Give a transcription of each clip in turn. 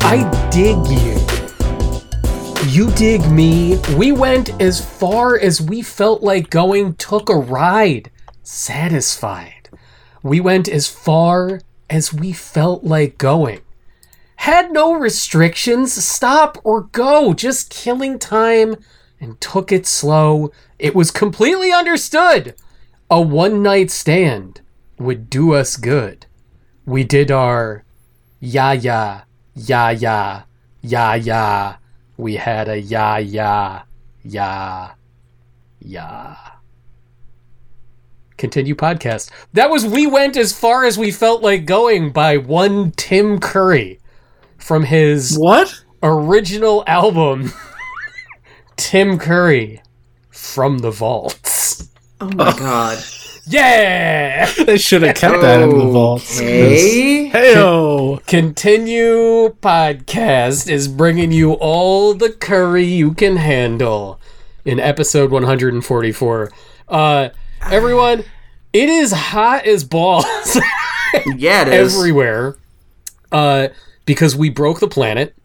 I dig you. You dig me. We went as far as we felt like going, took a ride, satisfied. We went as far as we felt like going. Had no restrictions, stop or go, just killing time and took it slow. It was completely understood. A one night stand would do us good. We did our ya ya, ya ya, ya ya. We had a ya ya, ya ya. Continue podcast. That was We Went As Far As We Felt Like Going by one Tim Curry from his What? original album, Tim Curry from the Vaults. Oh my god. Yeah! They should have kept that in the vault. Okay. Heyo. Continue Podcast is bringing you all the curry you can handle in episode 144. Uh, everyone, it is hot as balls Yeah, it is. everywhere uh, because we broke the planet.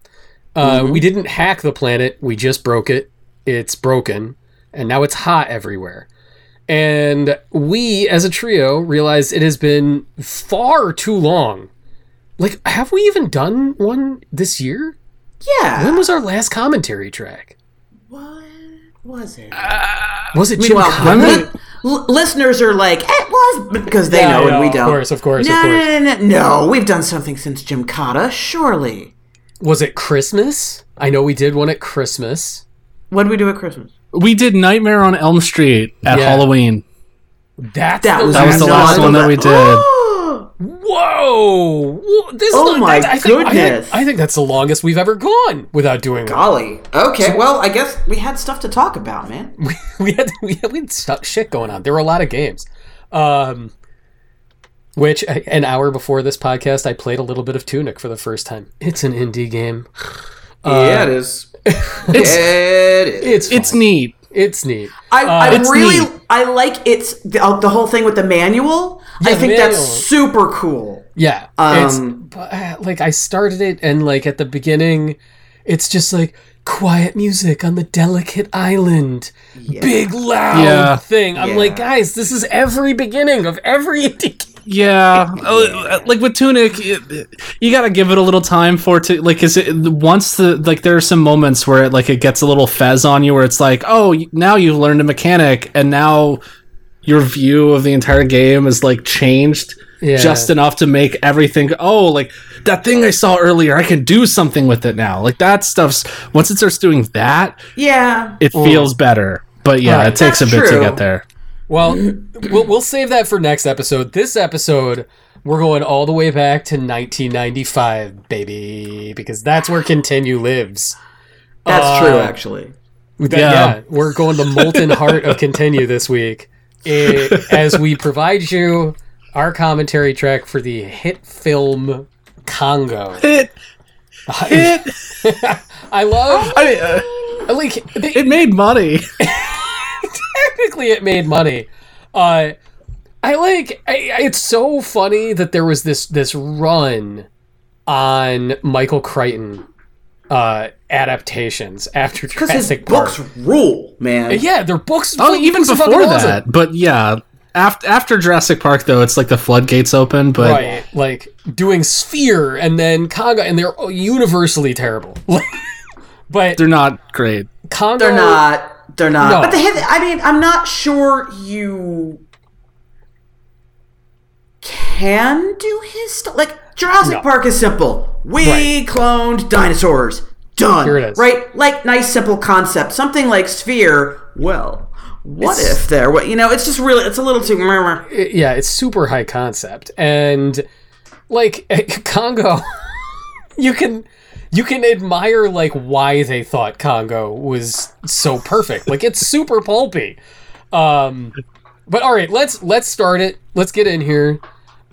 Uh, Mm-hmm. We didn't hack the planet, we just broke it. It's broken, and now it's hot everywhere. And we, as a trio, realized it has been far too long. Like, have we even done one this year? yeah. When was our last commentary track? What was it? Was it Jim Meanwhile, Conley? l- listeners are like, it was because they know and we don't. Of course, of course, no, of course. no, no, no, no. We've done something since Jim Cotta, surely. Was it Christmas? I know we did one at Christmas. What did we do at Christmas? We did Nightmare on Elm Street at Yeah. Halloween. That's That the was That was the No, last I one that we don't did. Whoa! Whoa, This Oh is, my that- I think, I goodness. think, I think that's the longest we've ever gone without doing one. Golly. Okay. Well, I guess we had stuff to talk about, man. We had we had, we had stuff, shit going on. There were a lot of games. Um, which I- an hour before this podcast, I played a little bit of Tunic for the first time. It's an indie game. Uh, yeah, it is. it is. It's fun. It's neat. Uh, it's neat. I, I It's really neat. I like it's the, uh, the whole thing with the manual. I Yeah, think that's manual. super cool. Yeah. Um, it's but, uh, like I started it and like at the beginning it's just like quiet music on the delicate island. Big loud Yeah. thing. I'm like, Yeah. guys, this is every beginning of every indie game. Yeah, Uh, like with Tunic, it, you gotta give it a little time for it to like. Cause it, once the like, there are some moments where it like it gets a little fez on you, where it's like, oh, now you've learned a mechanic, and now your view of the entire game is like changed Yeah. just enough to make everything. Oh, like that thing I saw earlier, I can do something with it now. Like that stuff's once it starts doing that, Yeah. it feels better. But yeah, Alright. it takes a That's bit to true. get there. Well, we'll we'll save that for next episode. This episode we're going all the way back to 1995, baby, because that's where Continue lives. That's Uh, true actually. That- yeah. Yeah. we're going the molten heart of continue this week eh, as we provide you our commentary track for the hit film Congo. It, it, I love I mean, uh, like they- it made money. technically it made money. Uh, I like I, I- it's so funny that there was this this run on Michael Crichton uh, adaptations after Cuz his Jurassic Park. books rule, man. Yeah, their books. Oh, even books are fucking before awesome. that. But yeah, after after Jurassic Park though, it's like the floodgates open. But right like doing sphere and then congo and they're universally terrible but they're not great. congo They're not they're not. No. But they have I mean, I'm not sure you can do his stuff. Like Jurassic No. Park is simple. We Right. cloned dinosaurs. Done. Here it is. Right? Like nice simple concept. Something like sphere. Well, what if there? What you know? It's just really. It's a little too. murmur. it- yeah it's super high concept and like congo you can you can admire like why they thought congo was so perfect like it's super pulpy um but all right let's let's start it let's get in here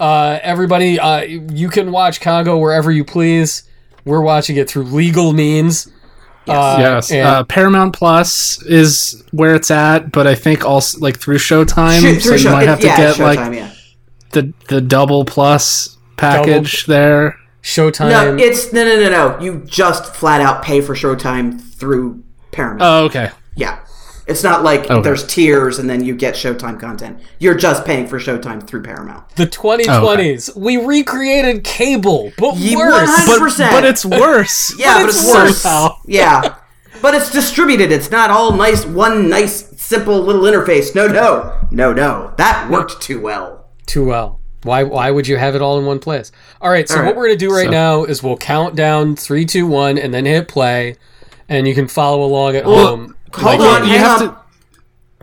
uh everybody uh you can watch congo wherever you please we're watching it through legal means Uh, yes, and- uh, Paramount Plus is where it's at, but I think also like through Showtime, Shoot, so you Show- might have to yeah, get Showtime, like yeah. the the double plus package there. Showtime. No, it's no, no, no, no. You just flat out pay for Showtime through Paramount. Oh, okay. yeah, it's not like there's tiers and then you get Showtime content. You're just paying for Showtime through Paramount. the 2020s. We recreated cable, but Ye- worse. 100 Oh, But, 100%. but it's worse. Yeah, but, it's, worse. somehow. Yeah, but it's distributed. It's not all nice, one nice, simple little interface. No, no, no, no. That worked too well. too well. Why why would you have it all in one place? All right, so what right. we're gonna do right now is we'll count down three, two, one, and then hit play, and you can follow along at home. Hold Like, on, you hang have on.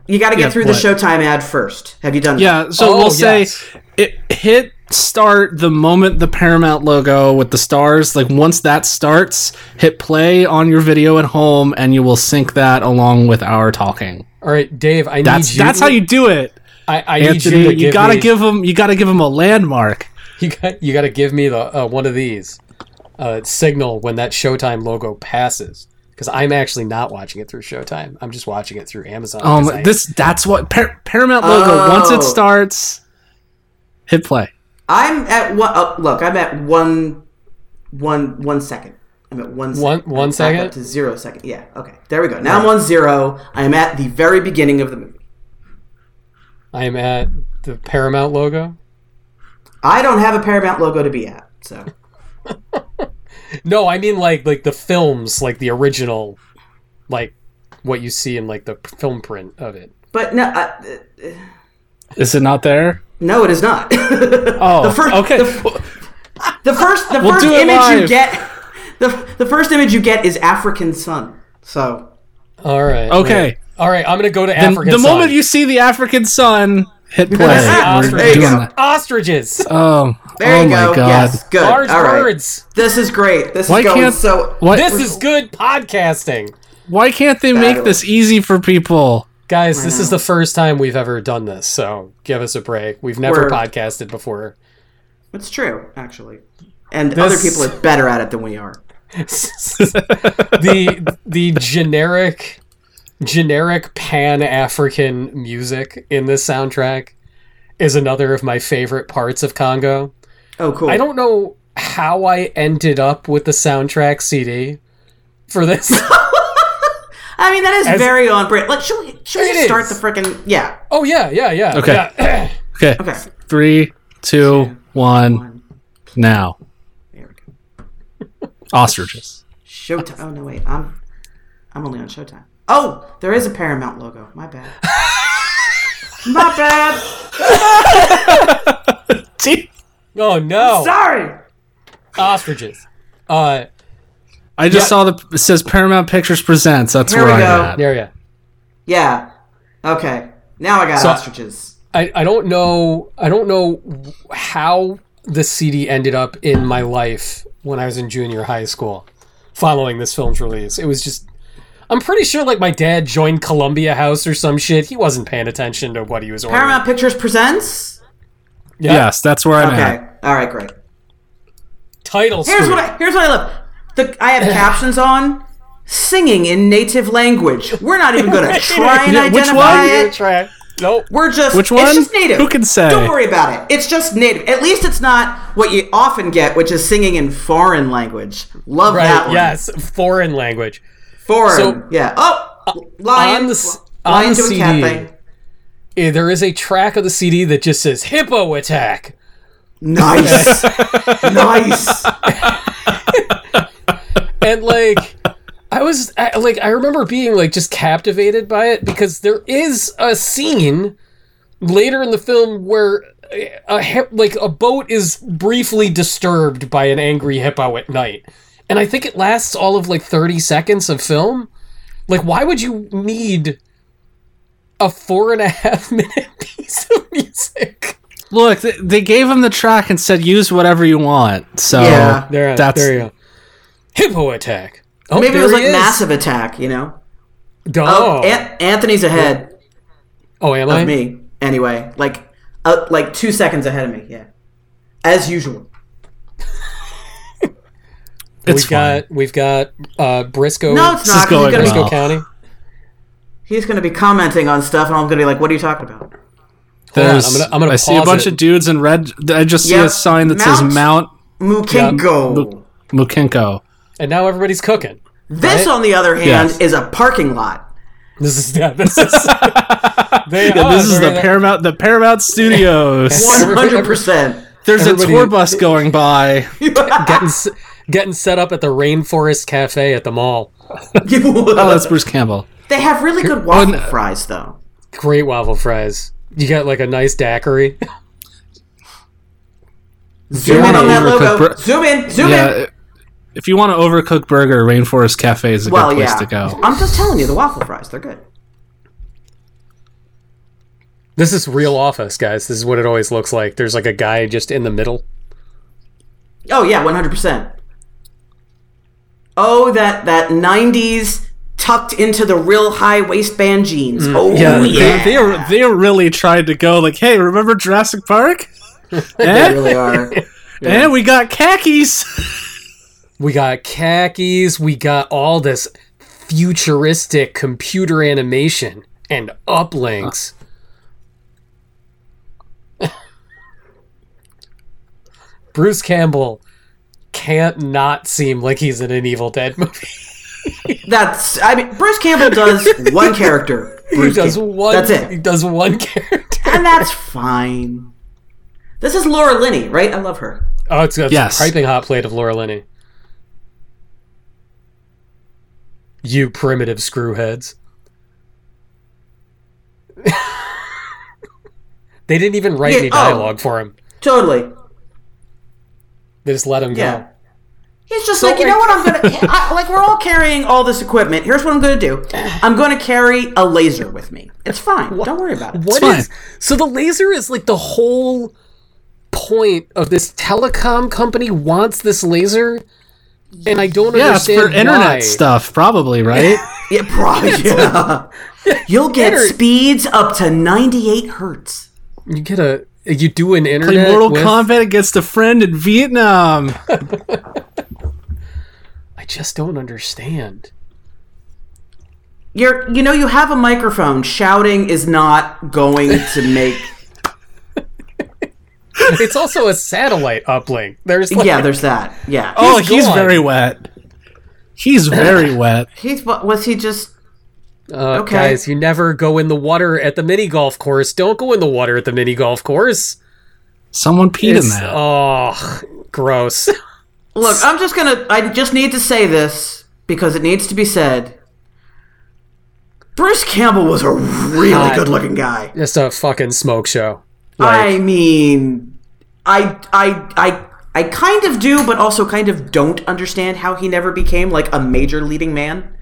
You got to get Yeah, through what? the Showtime ad first. Have you done? Yeah, so Oh, we'll say yes. it hit start the moment the Paramount logo with the stars. Like once that starts, hit play on your video at home, and you will sync that along with our talking. All right, Dave, I That's need you. that's how you do it, I, I Anthony. need you You, to give gotta me, give them. You gotta give them a landmark. you got you gotta give me the uh, one of these uh, signal when that Showtime logo passes because I'm actually not watching it through Showtime. I'm just watching it through Amazon. Um, 'cause I- this that's what Par- Paramount logo. Oh. Once it starts, hit play. I'm at one. Oh, look, I'm at one, one, one second. I'm at One- one. second. one I'm back second? up to zero second. Yeah. Okay. There we go. Now I'm on zero. I am at the very beginning of the movie. I am at the Paramount logo. I don't have a Paramount logo to be at. So No, I mean like like the films, like the original, like what you see in like the p- film print of it. But no, I, uh, Is it not there? no, it is not. Oh, the first, okay. The, f- the first, the first do it image you live. get, the the first image you get is African sun. So All right. Okay. wait. All right, I'm gonna go to The- African. the sun. moment you see the African sun, hit play. Ah, We're there you doing go. that. ostriches, Oh, there oh you my go. god. Yes, good. large All right. birds. This is great. This Why is going can't so. why, This is good podcasting, why can't they make Fabulous. this easy for people? guys. This is the first time we've ever done this, so give us a break. We've never We're- podcasted before. It's true, actually. And other people are better at it than we are. the the generic generic pan African music in this soundtrack is another of my favorite parts of Congo. Oh, cool. I don't know how I ended up with the soundtrack CD for this. I mean, that is very on brand. Like, should we, should we It just start is. the freaking? Yeah. oh yeah, yeah, yeah. Okay. yeah. Okay, Okay. three, two, one, now. There we go. Ostriches. Showtime. Oh no, wait. I'm I'm only on Showtime. Oh, there is a Paramount logo. My bad. My bad. oh no, Sorry. ostriches. Uh, I just Yeah. saw the it says Paramount Pictures presents. That's Here where we I'm go. at. yeah, yeah. Yeah. Okay. Now I got So- ostriches. I, I don't know I don't know how the CD ended up in my life when I was in junior high school following this film's release. It was just I'm pretty sure like my dad joined Columbia House or some shit. He wasn't paying attention to what he was ordering. Paramount Pictures presents. Yeah. Yes, that's where I'm Okay. at. Uh-huh. All right. Great. Title Here's screen. what I here's what I love. The I have captions on. Singing in native language. We're not even going to try and Yeah, which identify one? it. Nope. We're just Which one? It's just native. Who can say? Don't worry about it. It's just native. At least it's not what you often get, which is singing in foreign language. Love that Right. one. Yes. Foreign language. Foreign. So- uh, yeah. Oh, lion. on the s- lion on the doing cat CD. thing. Eh, There is a track of the CD that just says "Hippo Attack." Nice. nice. and like i was I, like i remember being like just captivated by it because there is a scene later in the film where a, a hip, like a boat is briefly disturbed by an angry hippo at night and i think it lasts all of like 30 seconds of film like why would you need a four and a half minute piece of music Look, they, they gave him the track and said use whatever you want. So Yeah. there, That's- there you go hippo attack oh, Maybe it was there like he is. massive attack. You know. oh, Oh, An- Anthony's ahead oh am i of me. Anyway, like, uh, like two seconds ahead of me. Yeah. As usual. it's we've fine. got we've got uh, Briscoe, No, it's is not. 'cause going He's gonna, Briscoe well. County. be, he's gonna be commenting on stuff, and I'm gonna be like, "What are you talking about?" Hold on, There's, I'm gonna- I'm gonna I see a pause bunch it. of dudes in red. I just see Yeah. a sign that says Mount. Mount Mukinko. Mukenko. And now everybody's cooking. this, on the other hand, Yes. is a parking lot. This is yeah, this is they Yeah, are, this is they're the in Paramount the Paramount Studios. Everybody- 100%. There's a everybody- tour bus going by. getting s- getting set up at the Rainforest Cafe at the mall. Oh, that's Bruce Campbell. they have really good waffle one- fries, though. Great waffle fries. You got like a nice daiquiri. Zoom in on that overcooked logo. bro- zoom in, zoom in. Yeah. If you want to overcook burger, Rainforest Cafe is a Well, good place yeah. to go. I'm just telling you, the waffle fries, they're good. This is real office, guys. This is what it always looks like. There's like a guy just in the middle. Oh yeah, one hundred percent. Oh, that that nineties tucked into the real high waistband jeans. oh yeah, They, they, are- they really tried to go like, hey, remember Jurassic Park? They eh? really are. Eh, we got khakis. We got khakis. We got all this futuristic computer animation and uplinks. Bruce Campbell can't not seem like he's in an Evil Dead movie. That's I mean, Bruce Campbell does one character. He Bruce does Campbell. one. That's He it, does one character. and that's fine. This is Laura Linney, right? I love her. Oh, it's, it's Yes. a piping hot plate of Laura Linney. You primitive screwheads. they didn't even write Yeah, any oh. dialogue for him. Totally. They just let him Yeah. go. He's just like, you know what? I'm gonna I, like. We're all carrying all this equipment. Here's what I'm gonna do. I'm gonna carry a laser with me. It's fine. Don't worry about it. What fine. is- so the laser is like the whole point of this telecom company wants this laser and I don't Yeah, it's understand for internet why. stuff, probably, right? Yeah, probably. Yeah. You'll get Inter- speeds up to 98 hertz. You get a you do an Play internet Mortal with- Kombat against a friend in Vietnam. I just don't understand. You're, you know, you have a microphone. Shouting is not going to make. It's also a satellite uplink. There's like, yeah, there's that. Yeah. Oh, He's he's gone. very wet. He's very wet. He's what was he just? Uh, Okay. Guys, you never go in the water at the mini golf course. Don't go in the water at the mini golf course. Someone peed in It's- that. Oh, gross. Look, I'm just gonna. I just need to say this because it needs to be said. Bruce Campbell was a really God. good-looking guy. Just a fucking smoke show. I mean, I, I, I, I kind of do, but also kind of don't understand how he never became like a major leading man.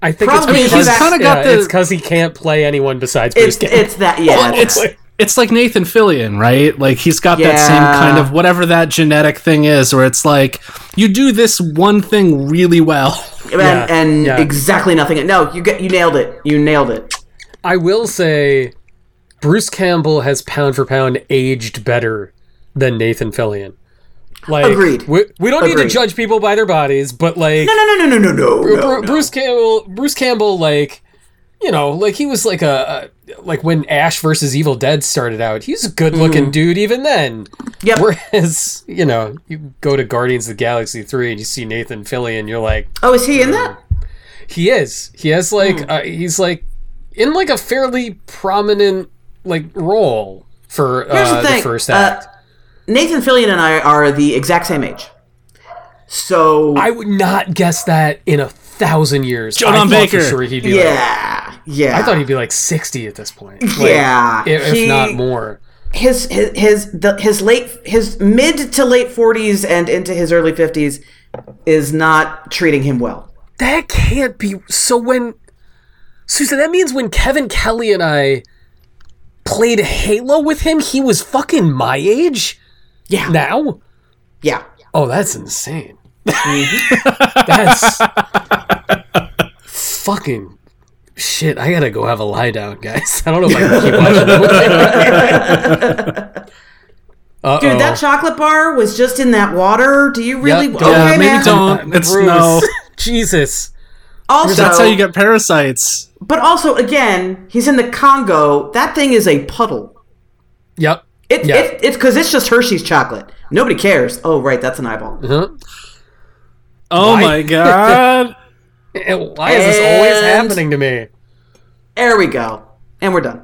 I think Probably it's he's because kinda got yeah, the- it's 'cause he can't play anyone besides Bruce. It's Campbell. it's that yeah. it's it's like Nathan Fillion, right? Like he's got that Yeah. same kind of whatever that genetic thing is, where it's like you do this one thing really well. and, yeah, and yeah. exactly nothing. No, you get you nailed it. You nailed it. I will say, Bruce Campbell has pound for pound aged better than Nathan Fillion. Like, Agreed. We, we don't need to Agreed. judge people by their bodies, but like, No, no, no, no, no, no, no. Bru- Bruce Campbell, Bruce Campbell, like you know, like he was like a, a like when Ash versus Evil Dead started out, he's a good looking dude even then. Mm-hmm. Yep. Whereas you know, you go to Guardians of the Galaxy three and you see Nathan Fillion, you're like, Oh, is he in that? he is, he has like, Mm. uh, he's like in like a fairly prominent like role for Here's uh, the thing. first Uh, act. Nathan Fillion and I are the exact same age. So I would not guess that in a thousand years. Jonan I thought Baker. For sure, he'd be like, yeah, yeah. I thought he'd be like sixty at this point. Like, yeah. if, if He- not more. his his his, the, his late his mid to late forties and into his early fifties is not treating him well. That can't be. So when, Susan, that means when Kevin Kelly and I played Halo with him, he was fucking my age. Yeah. Now, Yeah. oh, that's insane. Mm-hmm. that's fucking shit. I gotta go have a lie down, guys. I don't know if I can keep watching. Uh-oh. Dude, that chocolate bar was just in that water. Do you really? Oh. Yep, okay, don't- Yeah, maybe man. don't. It's no. Jesus. Also, That's how you get parasites. But also, again, he's in the Congo. That thing is a puddle. Yep. It, Yeah. it, it's because it's just Hershey's chocolate. Nobody cares. Oh, right, that's an eyeball. Huh? Oh Why- my god. Why is this always And- happening to me? There we go. And we're done.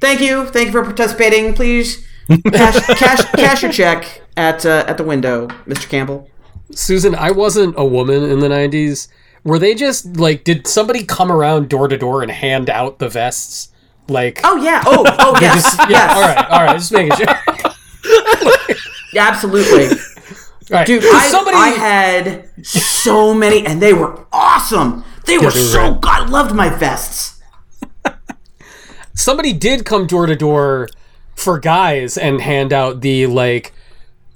Thank you. Thank you for participating. Please cash, cash, cash your check at uh, at the window, Mr. Campbell. Susan, I wasn't a woman in the 90s. Were they just like, did somebody come around door to door and hand out the vests? Like, Oh yeah. Oh oh yes. just, yeah, yes. all right, all right, just making sure. Absolutely. All right. Dude, I, somebody, I had so many, and they were awesome. They were they were so rad. good. I loved my vests. somebody did come door to door for guys and hand out the like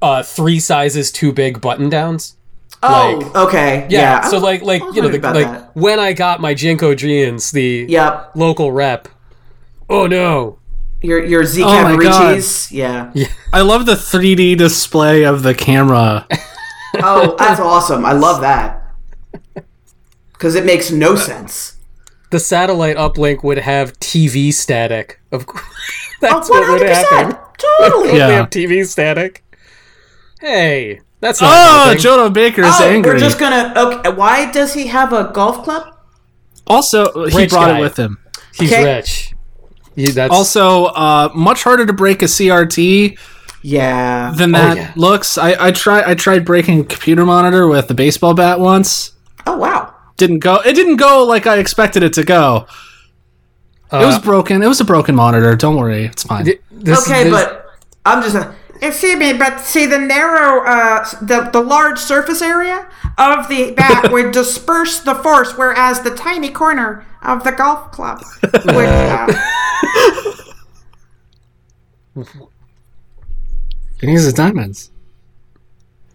uh three sizes too big button downs. Oh, Like- okay. Yeah. Yeah. so I'm- like like I was you know the, wondering about like that. when I got my Jinko jeans, the Yep. local rep. Oh no. Your your Z Oh my God. Cavaricci's. Yeah. I love the 3D display of the camera. Oh, that's awesome. I love that. Because it makes no sense. The satellite uplink would have TV static. Of course. That's One what would hundred happen. percent. Totally. Yeah. They have TV static. Hey, that's not Oh, happening. Jono Baker is Oh, angry. We're just gonna. Okay. Why does he have a golf club? Also, he Rich brought guy. it with him. He's okay. rich. You- that's Also, uh, much harder to break a CRT Oh, Yeah. than that yeah. looks. I, I try I tried breaking a computer monitor with a baseball bat once. oh wow. Didn't go. It didn't go like I expected it to go. it was Uh, broken. It was a broken monitor. Don't worry, it's fine. th- this- Okay, this- but I'm just. Uh, excuse me, but see the narrow, uh, the the large surface area of the bat would disperse the force, whereas the tiny corner of the golf club would. Uh, It needs the diamonds.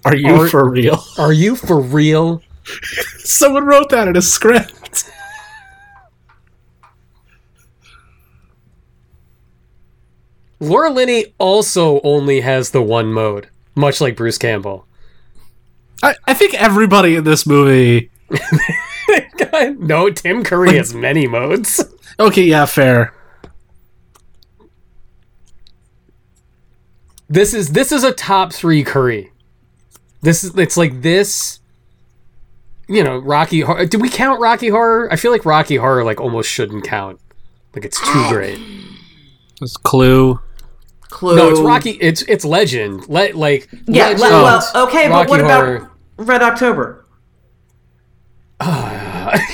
Are you Are- for real? are you for real? Someone wrote that in a script. Laura Linney also only has the one mode, much like Bruce Campbell. I, I think everybody in this movie. no, Tim Curry has many modes. Okay, yeah, fair. This is this is a top three Curry. This is it's like this. You know, Rocky Horror. Do we count Rocky Horror? I feel like Rocky Horror like almost shouldn't count. Like it's too Oh. great. It's Clue. clue. No, Oh. it's Rocky. It's it's Legend. Let like Yeah. Legend, le- well, okay, but Rocky what about Horror. Red October?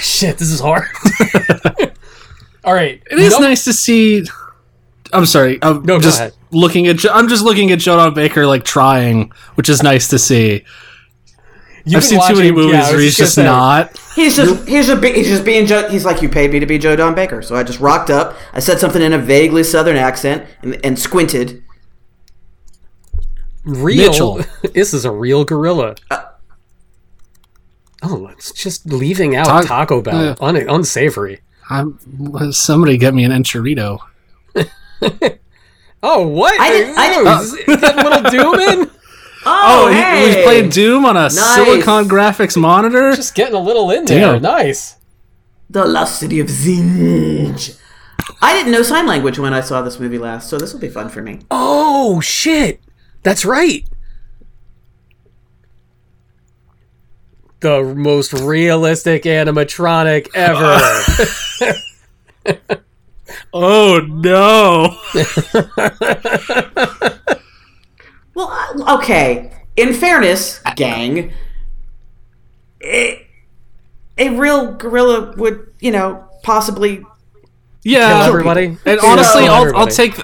shit? This is hard. All right, It is nice to see. I'm sorry. I'm No, go just ahead. looking at. Jo- I'm just looking at Jonah Baker like trying, which is nice to see. You've I've been seen too many watching- yeah, movies I was where he's gonna just say, not. He's just he's a he's just being Joe. He's like you paid me to be Joe Don Baker, so I just rocked up. I said something in a vaguely Southern accent and, and squinted. Real. Mitchell. this is a real gorilla. Uh, oh, it's just leaving out Taco- Taco Bell. yeah. Un- unsavory. I'm, somebody get me an enchilito. Oh, what? I are didn't- I didn't- those? Is that little Dooman? Oh, he, he was playing Doom on a Silicon Nice. graphics monitor. Just getting a little in there. Damn. Nice. The Lost City of Zinj. I didn't know sign language when I saw this movie last, so this will be fun for me. Oh shit! That's right. The most realistic animatronic ever. Oh no! Well, I- okay. In fairness, gang, a, a real gorilla would, you know, possibly. Yeah, Kill everybody. And honestly, Kill I'll, I'll everybody. take,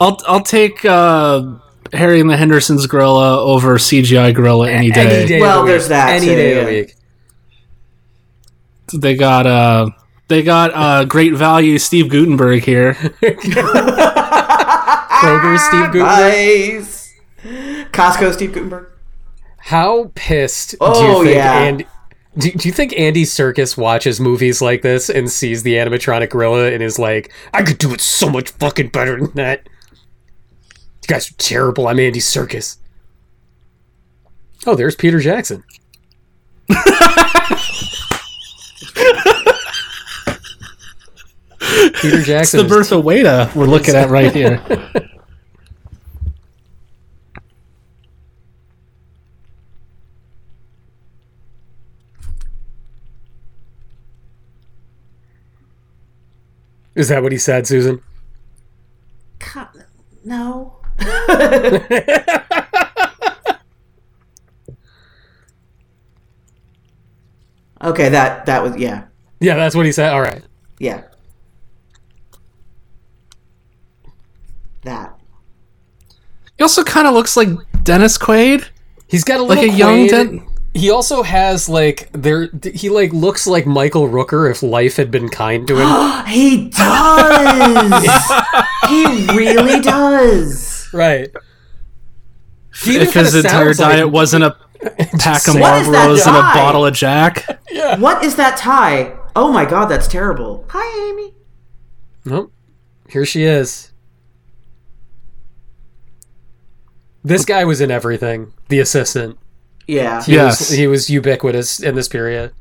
I'll I'll take uh, Harry and the Hendersons gorilla over CGI gorilla any day. any day. Well, of the there's week. that, Any too, day of the yeah. week. They got uh, they got uh, great value Steve Gutenberg here. Kroger's Ah, Steve Gutenberg. Nice. Costco Steve Gutenberg. How pissed do Oh, you think yeah. and do, do you think Andy Circus watches movies like this and sees the animatronic gorilla and is like, I could do it so much fucking better than that? You guys are terrible. I'm Andy Circus. Oh, there's Peter Jackson. Peter Jackson. the is- birth of Weta we're looking at right here. Is that what he said, Susan? Co- No. Okay, that that was yeah, Yeah, that's what he said. All right. yeah. That He also kind of looks like Dennis Quaid, He's got a like little a young Quaid. Den- He also has like there. He like looks like Michael Rooker if life had been kind to him. he does. he really does. right. He even if his kinda entire sounds like- diet wasn't a pack of What is that Marlboros and a guy? bottle of Jack. What is that tie? Oh my god, that's terrible. Hi, Amy. Nope. Here she is. This guy was in everything. The assistant. Yeah. He Yes. was, he was ubiquitous in this period.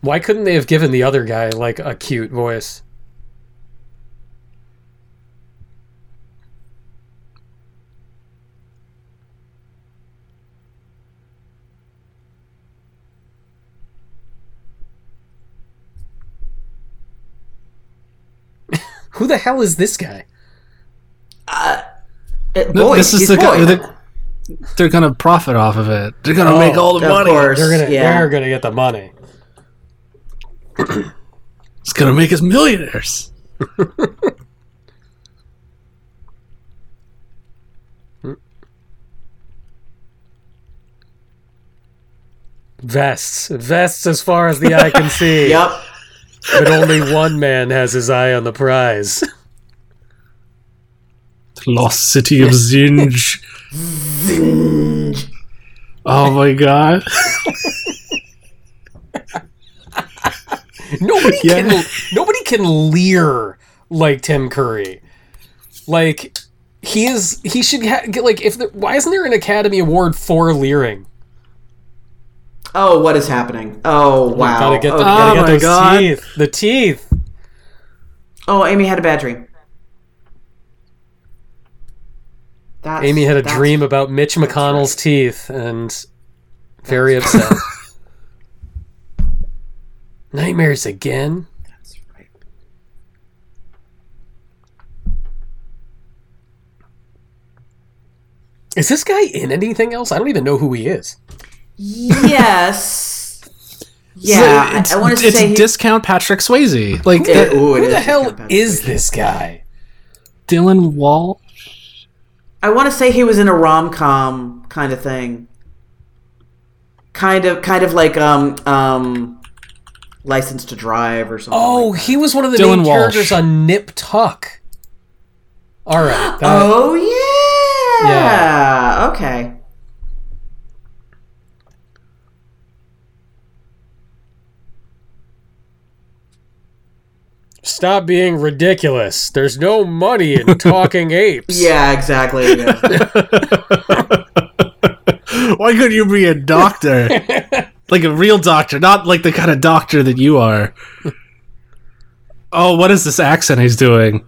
Why couldn't they have given the other guy like a cute voice? Who the hell is this guy? Uh, Th- boy, this is he's the boy. guy. that- They're gonna profit off of it. They're gonna Oh, make all the of money. course. They're gonna yeah. they're gonna get the money. It's gonna make us millionaires. Vests. Vests as far as the eye can see. Yep. But only one man has his eye on the prize. Lost city of Zinj. Zinj. Oh my god. Nobody Yeah. can nobody can leer like Tim Curry. Like he is he should ha- get like if the, why isn't there an Academy Award for leering? Oh, what is happening? Oh wow. Gotta get, the, Okay. gotta get my those God. teeth. The teeth. oh, Amy had a bad dream. That's, Amy had a that's- dream about Mitch McConnell's teeth and very upset. Nightmares again. That's right. Is this guy in anything else? I don't even know who he is. Yes. Yeah, it's, I, want to it's say he- discount Patrick Swayze. Like Yeah, that- ooh, it Who the is hell discount Patrick. is this guy? Dylan Wall. I want to say he was in a rom com kind of thing. Kind of, kind of like um um, License to Drive or something. Oh, like that. he was one of the Dylan main Walsh. characters on Nip Tuck. All right. that- oh yeah. Okay. Stop being ridiculous. There's no money in talking apes. Yeah, exactly. yeah. Why couldn't you be a doctor? like a real doctor, not like the kind of doctor that you are. Oh, what is this accent he's doing?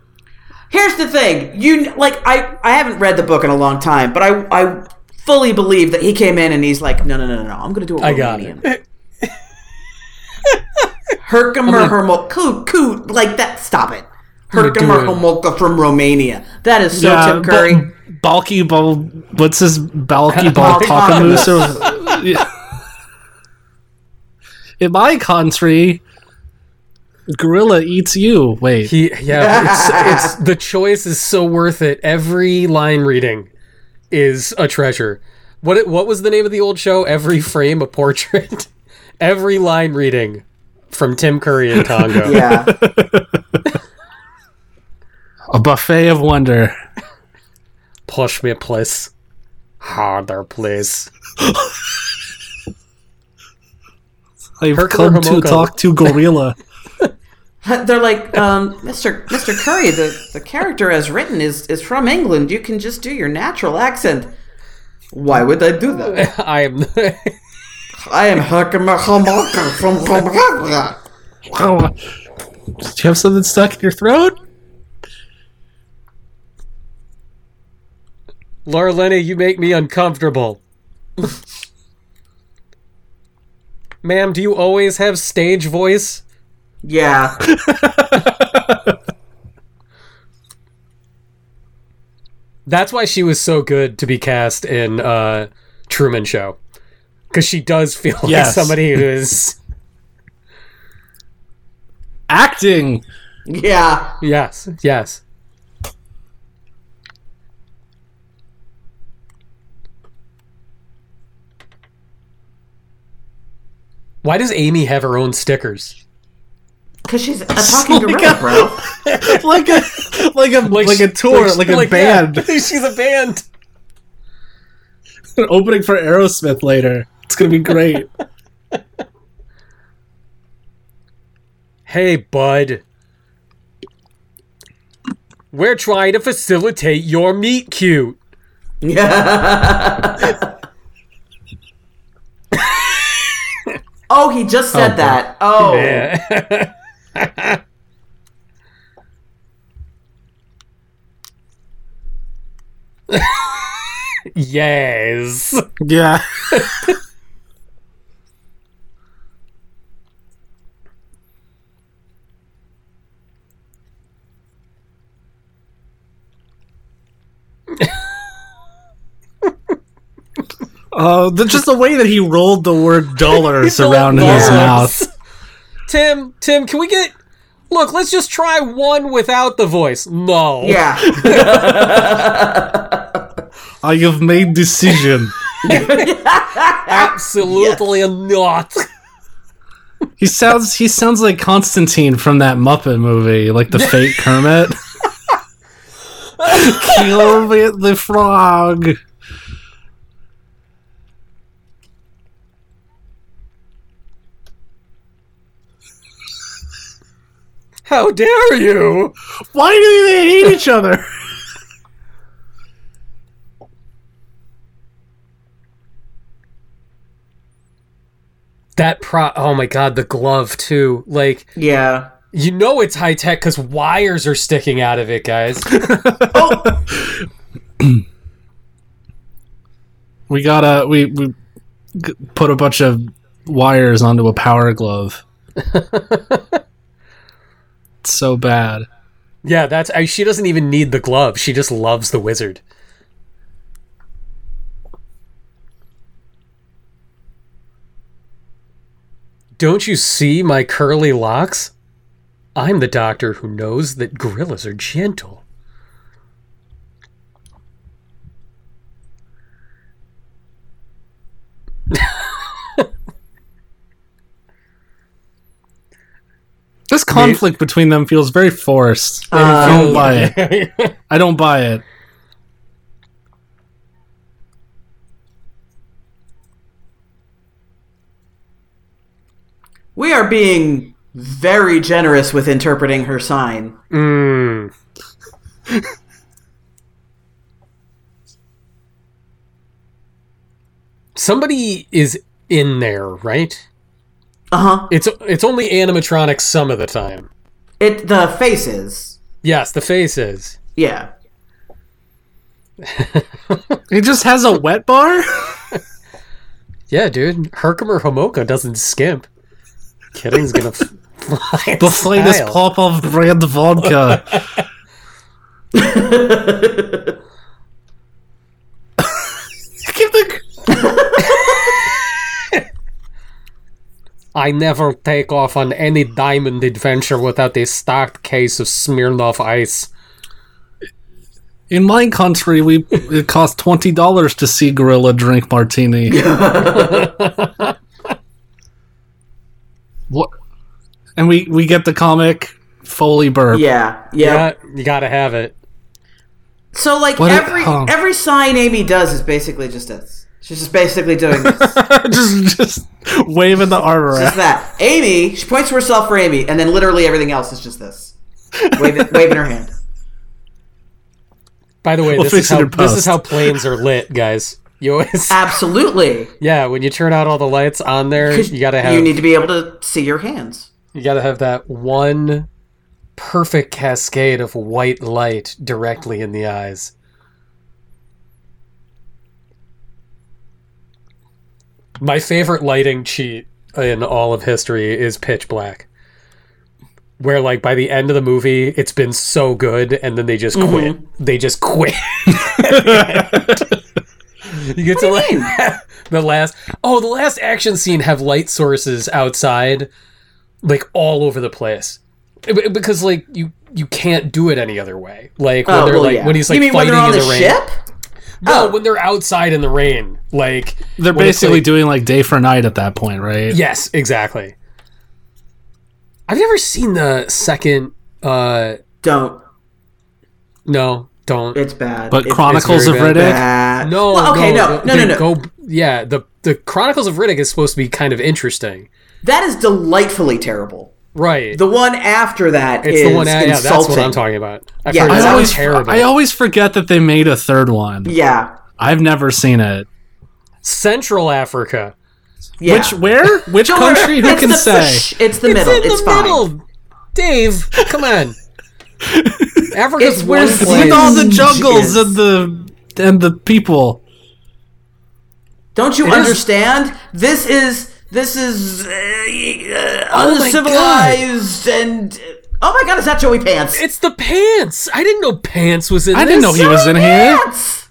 Here's the thing. You kn- like I I haven't read the book in a long time, but I I fully believe that he came in and he's like, no no no no, no I'm gonna do it. I got it. Herkimer Hermol coo coo like that. Stop it. do Herkimer it. Homolka from Romania. That is so Tim Curry. Bul- bulky ball. What's his bulky ball Baltakamus. cockamoose? Yeah. In my country, gorilla eats you. Wait, He, yeah, it's, it's the choice is so worth it. Every line reading is a treasure. What it- what was the name of the old show? Every frame a portrait. Every line reading from Tim Curry and Tongo. yeah. a buffet of wonder. Push me, please. Harder, please. I've Herkimer come to Homoko. talk to gorilla. They're like, um, Mr. Mr. Curry, the, the character as written is, is from England. You can just do your natural accent. Why would I do that? I am. I am Herkimer Homolka from Romania. Oh, did you have something stuck in your throat? Laura Lenny, you make me uncomfortable. ma'am, do you always have stage voice? Yeah. That's why she was so good to be cast in uh, Truman Show, because she does feel Yes. like somebody who is Acting. Yeah. yes, yes. Why does Amy have her own stickers? Because she's a talking Oh my gorilla, God. bro. like a like a like, a tour, like, a yeah, band. she's a band. An opening for Aerosmith later. It's gonna be great. Hey, bud. We're trying to facilitate your meet cute. Oh, he just said that. Oh. Yeah. yes. yeah. Oh, the, just the way that he rolled the word dollars around in his Yes. mouth. Tim, Tim, can we get Look, let's just try one without the voice. No. Yeah. I have Uh, made decision. Absolutely not. He sounds he sounds like Constantine from that Muppet movie, like the fake Kermit. Kill me the frog. How dare you? Why do they hate each other? That pro Oh my god, the glove too. Like Yeah. you know it's high tech cuz wires are sticking out of it, guys. We gotta we we g- put a bunch of wires onto a power glove. It's so bad. Yeah, that's I, she doesn't even need the glove. She just loves the wizard. Don't you see my curly locks? I'm the doctor who knows that gorillas are gentle. This conflict between them feels very forced. I Uh, don't buy it. I don't buy it. we are being very generous with interpreting her sign. Mm. Hmm. Somebody is in there, right? Uh huh. It's it's only animatronics some of the time. It the faces. Yes, the face is. Yeah. It just has a wet bar. Yeah, dude. Herkimer Homoka doesn't skimp. Kidding's gonna f- fly. The finest style. pop of brand vodka. Give the I never take off on any diamond adventure without a stocked case of Smirnoff ice. in my country, we it costs twenty dollars to see gorilla drink martini. what? And we we get the comic Foley burp. Yeah. Yeah. Yeah, you gotta have it. So like What a- every oh. every sign Amy does is basically just this. She's just basically doing this. just just waving the arm just around. that. Amy, she points to herself for Amy, and then literally everything else is just this. Waving, waving her hand. By the way, We'll this, fix is it how, in this is post. Ah. how planes are lit, guys. You always, Absolutely. yeah, when you turn out all the lights on there, you gotta have You need to be able to see your hands. You gotta have that one perfect cascade of white light directly in the eyes. My favorite lighting cheat in all of history is Pitch Black. Where like by the end of the movie, it's been so good, and then they just quit. Mm-hmm. They just quit. you get to like the last oh the last action scene have light sources outside, like all over the place, B- because like you you can't do it any other way. Like when Oh, they're well, like yeah. when he's like you mean when fighting they're on in the, the, rain. ship? Oh. No, when they're outside in the rain, like They're when it's, basically like- doing like day for night at that point, right? Yes, exactly. I've never seen the second. uh Don't. No, don't. It's bad. But It's Chronicles of very Riddick. bad. bad. No, Well, okay, no, no, no, they no, no. Go, yeah, the the Chronicles of Riddick is supposed to be kind of interesting, That is delightfully terrible. right? The one after that it's the one. is Yeah, yeah, that's insulting. what I'm talking about. I've Yeah, heard I it's I always, terrible. I always forget that they made a third one. Yeah. I've never seen it. Central Africa. Yeah. Which where? Which Sure, country? Who it's can the say? fish. It's the middle. in the it's fine. middle. Dave, come on. Africa's It's one where- place. With all the jungles Yes. and the and the people. Don't you is- understand? This is this is uh, my uncivilized and oh my god, is that Joey Pants? It's the pants. I didn't know pants was in. I didn't this. know he was in here. Pants!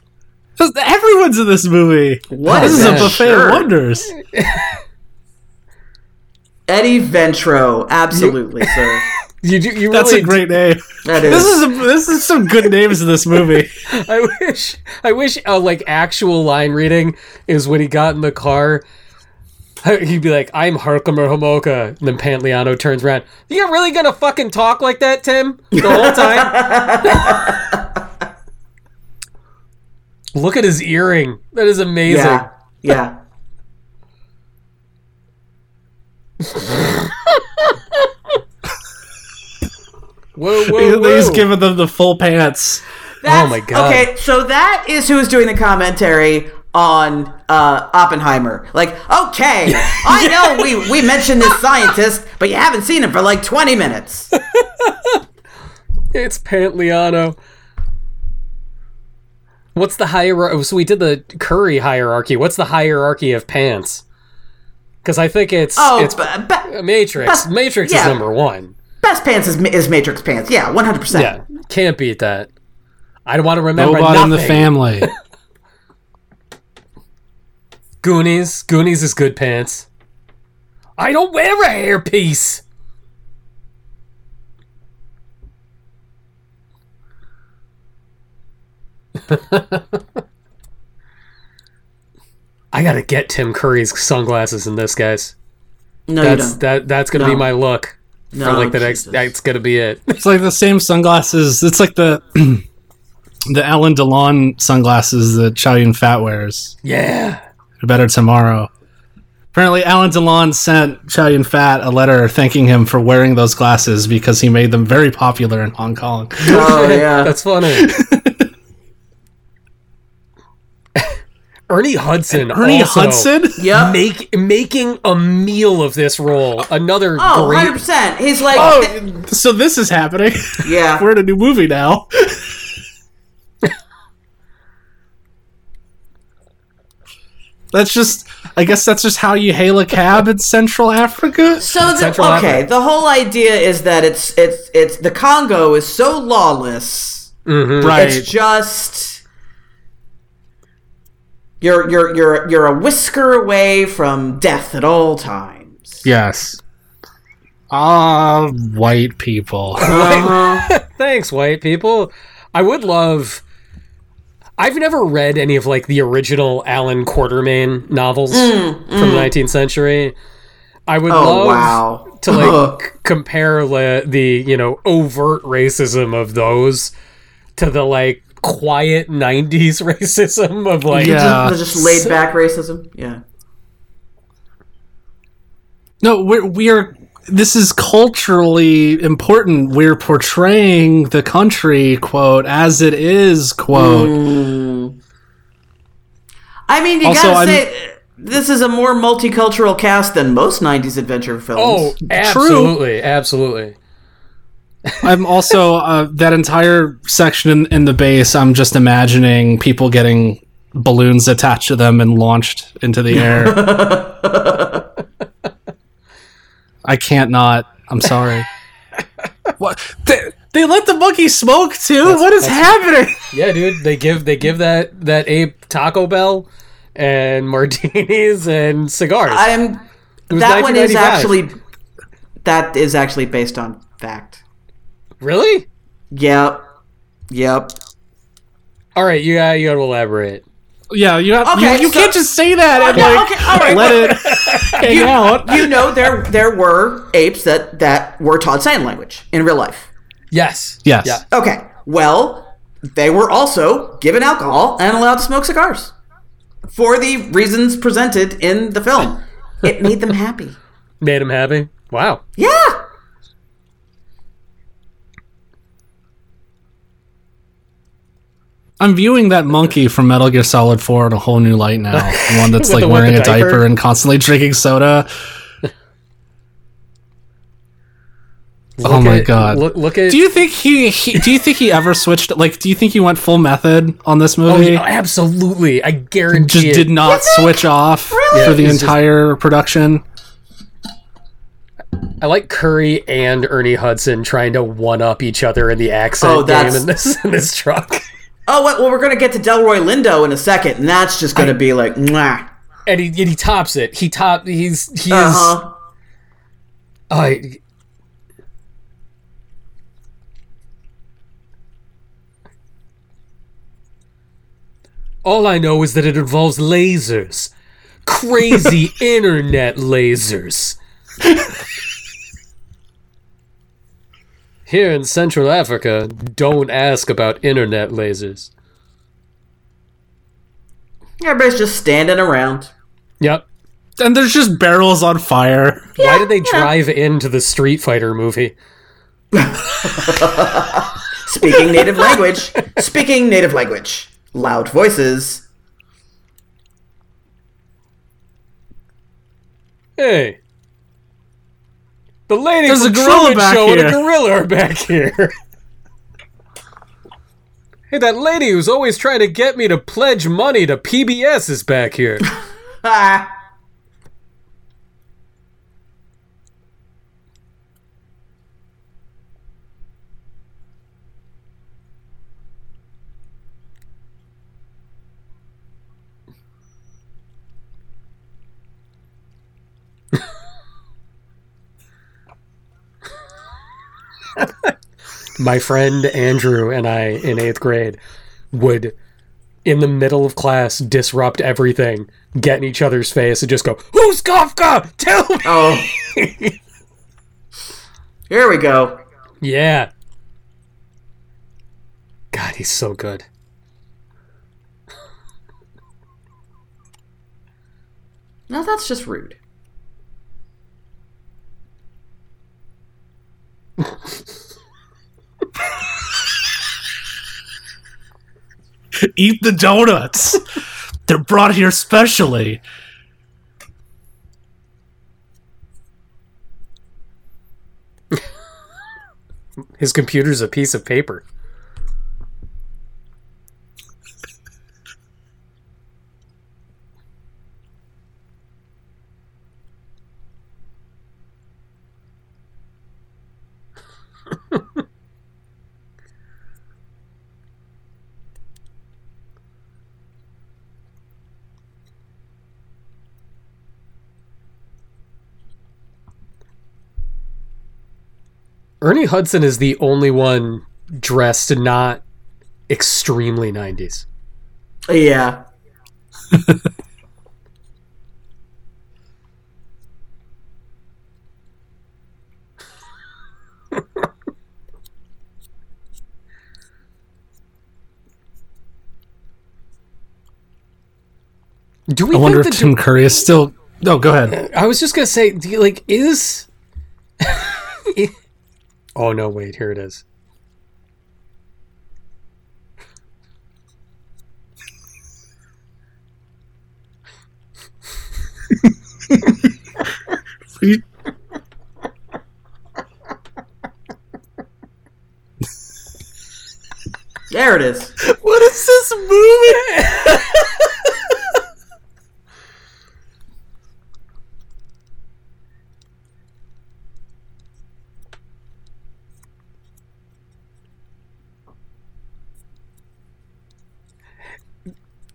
Just- Everyone's in this movie. What This is is a that buffet shirt? of wonders. Eddie Ventro, absolutely, sir. You, do- you That's really a great name. That is. This is a, this is some good names in this movie. I wish I wish uh, like actual line reading is when he got in the car. He'd be like, "I'm Herkimer Homoka," and then Pantliano turns around. You're really gonna fucking talk like that, Tim, the whole time? Look at his earring. That is amazing. yeah, yeah. Whoa, whoa, whoa! He's giving them the full pants. That's- my God. Okay, so that is who is doing the commentary on uh, Oppenheimer. Like, okay, I know we we mentioned this scientist, but you haven't seen him for like twenty minutes. It's Pantliano. What's the hierarchy? So we did the curry hierarchy. What's the hierarchy of pants? Because I think it's Oh, it's but, but Matrix. But- Matrix is yeah. number one. Best Pants is, is Matrix Pants. Yeah, 100%. Yeah, can't beat that. I don't want to remember Robot in the nothing. family. Goonies. Goonies is good pants. I don't wear a hairpiece. I gotta get Tim Curry's sunglasses in this, guys. No, That's you don't. that. That's gonna No. be my look no, for like the next. Jesus. That's gonna be it. It's like the same sunglasses. It's like the the Alan Delon sunglasses that Chow Yun Fat wears. yeah. A Better tomorrow. Apparently, Alan Delon sent Chow Yun Fat a letter thanking him for wearing those glasses because he made them very popular in Hong Kong. Oh, yeah. That's funny. Ernie Hudson. Ernie also Hudson. yep. Make, making a meal of this role. Another Oh, great. 100%. He's like, Oh, so this is happening. yeah. We're in a new movie now. that's just. I guess that's just how you hail a cab in Central Africa. So the, Central okay, Africa. the whole idea is that it's it's it's the Congo is so lawless. Mm-hmm. Right. It's just you're you're you're you're a whisker away from death at all times. Yes. Ah, white people. Thanks, white people. I would love. I've never read any of like the original Alan Quartermain novels from the 19th century. I would Mm, love Oh wow. to like c- compare le- the you know overt racism of those to the like quiet 90s racism of like Yeah. The just laid back racism. Yeah. no, we're we're this is culturally important. We're portraying the country, quote, as it is, quote. I mean, you Also, gotta I'm- say this is a more multicultural cast than most '90s adventure films. oh absolutely absolutely I'm also uh, that entire section in, in the base. I'm just imagining people getting balloons attached to them and launched into the air. I can't not. I'm sorry. what? They, they let the monkey smoke too. what is happening? Yeah, dude. They give they give that that ape Taco Bell and martinis and cigars. I am. was That one is 1995. actually. That is actually based on fact. really? Yep. Yep. All right, you got you got to elaborate. Yeah, you have, Okay, you, you so- can't just say that and no, like okay, all right, let it hang out. You know there there were apes that that were taught sign language in real life. Yes. Yes. Yeah. Okay. Well, they were also given alcohol and allowed to smoke cigars for the reasons presented in the film. It made them happy. Made him happy. Wow. Yeah. I'm viewing that monkey from Metal Gear Solid 4 in a whole new light now. The one that's With like the- with wearing the a diaper. diaper. and constantly drinking soda. oh Look my at- god. Look, look at do you think he, he do you think he ever switched like do you think he went full method on this Oh, movie? yeah, absolutely. I guarantee just it. did not switch off for the He's just- entire production. I like Curry and Ernie Hudson trying to one up each other in the accent Oh, that's- game in this in this truck. Oh wait, well, we're gonna get to Delroy Lindo in a second, and that's just gonna be like, mwah. And he and he tops it. He top he's he Uh is huh. I All I know is that it involves lasers. Crazy internet lasers. Here in Central Africa, don't ask about internet lasers. Everybody's just standing around. Yep. And there's just barrels on fire. Why did they drive into the Street Fighter movie? Speaking native language. Speaking native language. Loud voices. Hey. The lady There's from a gorilla Truman back Show and a here. gorilla are back here. hey, that lady who's always trying to get me to pledge money to PBS is back here. Ah. My friend Andrew and I in eighth grade would, in the middle of class, disrupt everything, get in each other's face, and just go, Who's Kafka? Tell me! Oh. Here we go. Yeah. God, he's so good. No, that's just rude. Eat the donuts. They're brought here specially. His computer's a piece of paper. Ernie Hudson is the only one dressed not extremely 90s. Yeah. Do we I wonder if think that Tim Curry is still. No, go ahead. I was just going to say do you- like is Oh no, wait, here it is. There it is. What is this movie?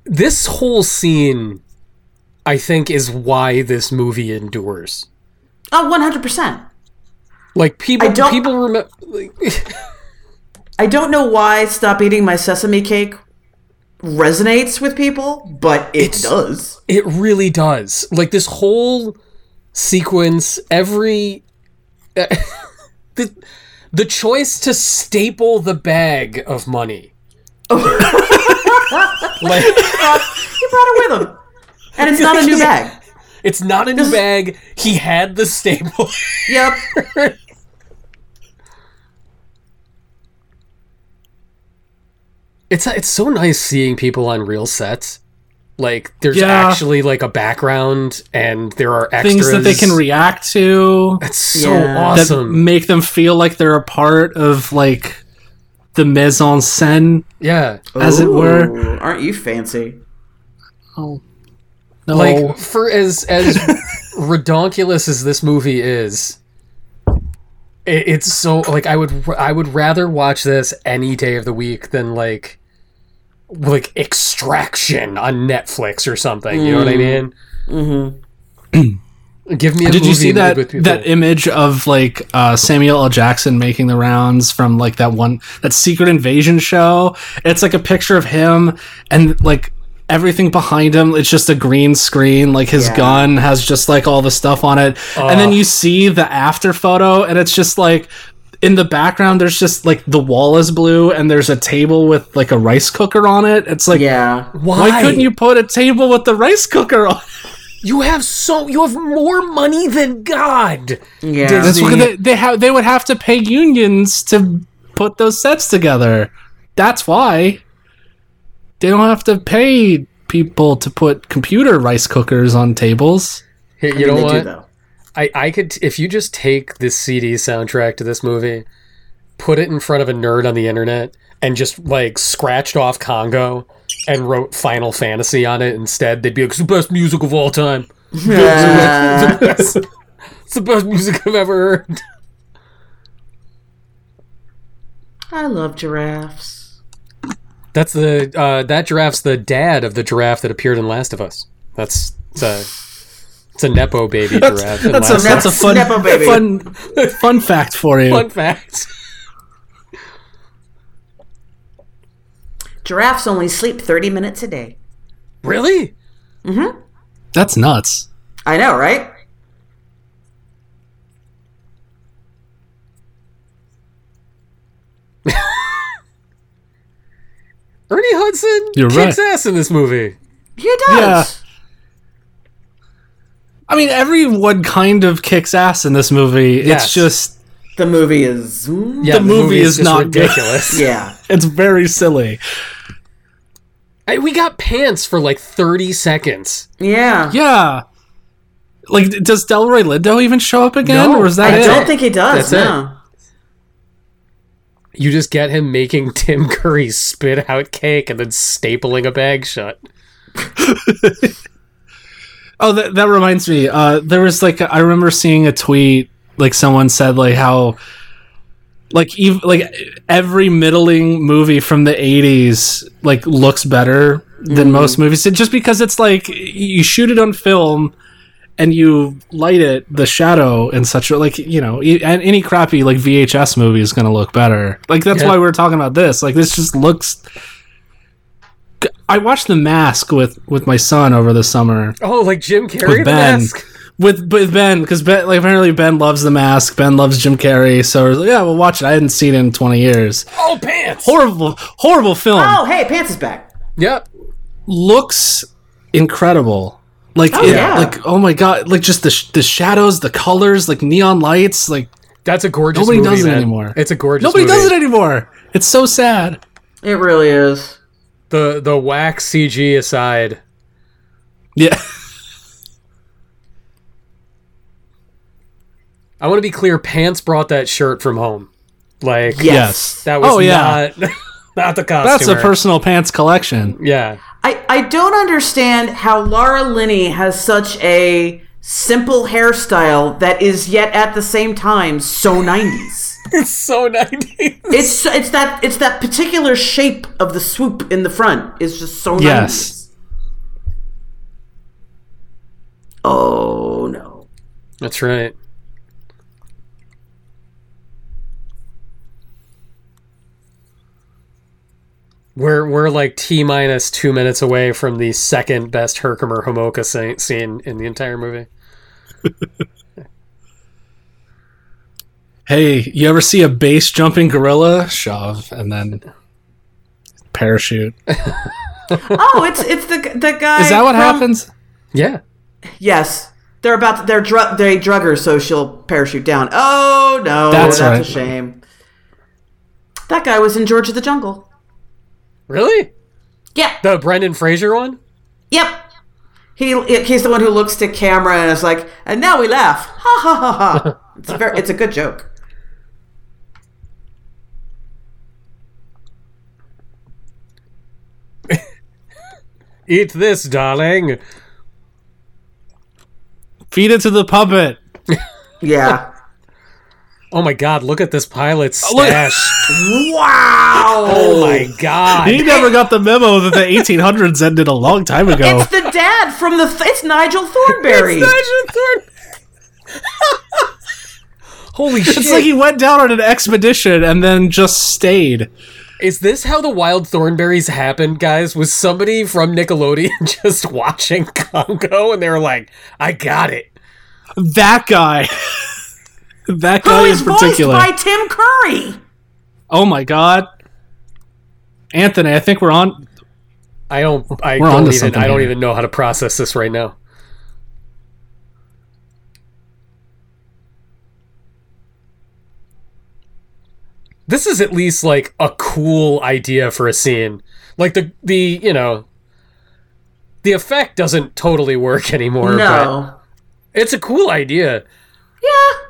this whole scene, I think, is why this movie endures. Oh, 100%. Like people, I don't- people remember. Like, I don't know why Stop Eating My Sesame Cake resonates with people, but it does. It really does. Like this whole sequence, every the the choice to staple the bag of money. like He Ah, brought it with him. And it's not a new bag. it's not a new bag. He had the staple. Yep. It's it's so nice seeing people on real sets. Like there's Yeah. actually like a background and there are extras. Things that they can react to That's so Yeah. awesome. that make them feel like they're a part of like the mise en scène, yeah. as it were. Ooh, aren't you fancy? No. like for as as redonkulous as this movie is it, it's so like i would i would rather watch this any day of the week than like like extraction on netflix or something you know what i mean mm-hmm. give me a Mm. Did movie you see that with people. that image of like uh, Samuel L. Jackson making the rounds from like that one that Secret Invasion show? It's like a picture of him and like everything behind him. It's just a green screen. Like his Yeah. gun has just like all the stuff on it, and then you see the after photo, and it's just like. In the background, there's just like the wall is blue, and there's a table with like a rice cooker on it. It's like, Yeah. why? why couldn't you put a table with the rice cooker on? you have so you have more money than god Yeah. Disney- That's what they, they have. They would have to pay unions to put those sets together. That's why they don't have to pay people to put computer rice cookers on tables. Hey, you know they do, what though. I, I could if you just take this CD soundtrack to this movie, put it in front of a nerd on the internet, and just like scratched off Congo and wrote Final Fantasy on it instead, they'd be like, "It's the best music of all time. Uh, It's the best music I've ever heard." I love giraffes. That's the uh, that giraffe's the dad of the giraffe that appeared in Last of Us. That's it's a it's a nepo baby giraffe. in That's Last a, of Us. that's a fun, Nepo baby. fun, fun fact for you. fun fact. Giraffes only sleep 30 minutes a day. Really? That's nuts. I know, right? Ernie Hudson You're kicks right. ass in this movie. He does. I mean, everyone kind of kicks ass in this movie. Yes. It's just The movie is. mm, Yeah, The movie is just not good. ridiculous. Yeah. it's very silly. I, we got pants for like 30 seconds. Yeah. Yeah. Like, d- does Delroy Lindo even show up again, No, or is that I it? I don't think he does. That's it. no. You just get him making Tim Curry spit out cake and then stapling a bag shut. Oh, that, that reminds me. Uh, there was like I remember seeing a tweet like someone said like how like ev- like every middling movie from the 80s like looks better than most movies just because it's like you shoot it on film and you light it the shadow and such a like you know e- and any crappy like VHS movie is going to look better like that's Yeah. why we're talking about this like this just looks I watched The Mask with with my son over the summer Oh, like Jim Carrey With the Ben. mask. with with Ben because Ben like apparently Ben loves the mask. Ben loves Jim Carrey, so I was like, yeah, we'll watch it. I hadn't seen it in twenty years. Oh, pants. Horrible, horrible film. Oh, hey, Pants is back. Yep. Looks incredible. Like, it, yeah. like oh my god, like just the sh- the shadows, the colors, like neon lights. Like That's a gorgeous Nobody movie, does it man. anymore. It's a gorgeous nobody movie. does it anymore. It's so sad. It really is. The, the wax CG aside, Yeah, I want to be clear pants brought that shirt from home. Like, Yes. that was Oh, yeah. not, not the costume. that's a personal pants collection. Yeah. I, I don't understand how Laura Linney has such a simple hairstyle that is yet at the same time so 90s. It's so 90s. It's it's that it's that particular shape of the swoop in the front is just so Yes. 90s. Oh no. That's right. We're we're like t minus two minutes away from the second best Herkimer Homoka sa- scene in the entire movie. Hey, you ever see a base jumping gorilla? Shove and then parachute. Oh, it's it's the the guy. Is that what from- happens? Yeah, Yes. They're about to, they're drug they drug her so she'll parachute down. Oh no. That's That's, right. a shame. That guy was in George of the Jungle. really? Yeah. The Brendan Fraser one? Yep. He he's the one who looks to camera and is like, and now we laugh. Ha ha ha ha. It's a very, it's a good joke. Eat this, darling. Feed it to the puppet. Yeah. Oh my God! Look at this pilot's look- stash. wow. oh my God! He never got the memo that the 1800s ended a long time ago. It's the dad from the. Th- it's Nigel Thornberry. Holy shit! It's like he went down on an expedition and then just stayed. Is this how the wild thornberries happened, guys? Was somebody from Nickelodeon just watching Congo and they were like, I got it. That guy. that guy Who in is Oh, voiced particular. by Tim Curry? oh my god. Anthony, I think we're on. I don't I We're onto don't even something I don't here. even know how to process this right now. This is at least like a cool idea for a scene. Like the the, you know, the effect doesn't totally work anymore, but No. it's a cool idea. Yeah.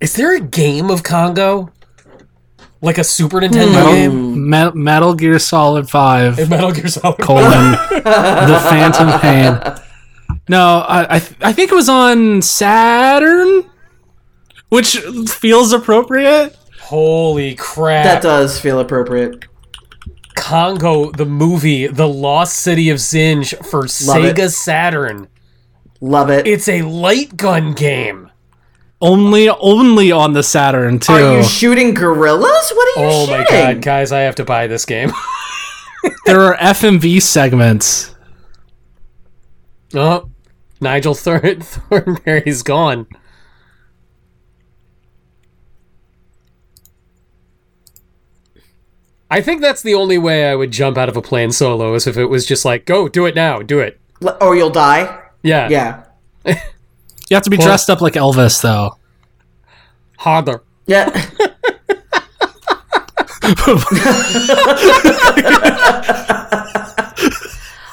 Is there a game of Congo? Like a Super Nintendo Hmm. game? Me- Metal Gear Solid 5. In Metal Gear Solid. colon the phantom pain no I, I th- i think it was on saturn which feels appropriate Holy crap. That does feel appropriate. Congo, the movie, The Lost City of Zinj for Sega it. Saturn. Love it. It's a light gun game. only only on the saturn too Are you shooting gorillas? What are you Oh my shooting? god, guys, I have to buy this game. there are fmv segments oh, Nigel Thorn- Thornberry's gone. I think that's the only way I would jump out of a plane solo is if it was just like, go, do it now, do it. L- Or you'll die. Yeah. Yeah. you have to be dressed up like elvis though Harder. Yeah.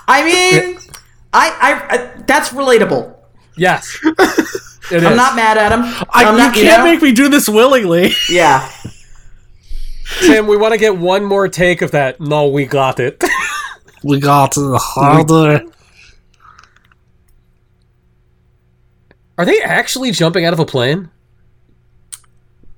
I mean, I, I, I that's relatable. Yes. It I'm is. not mad at him. I, am you not, can't know? make me do this willingly Yeah. Tim, we want to get one more take of that. No, we got it. we got the harder Are they actually jumping out of a plane?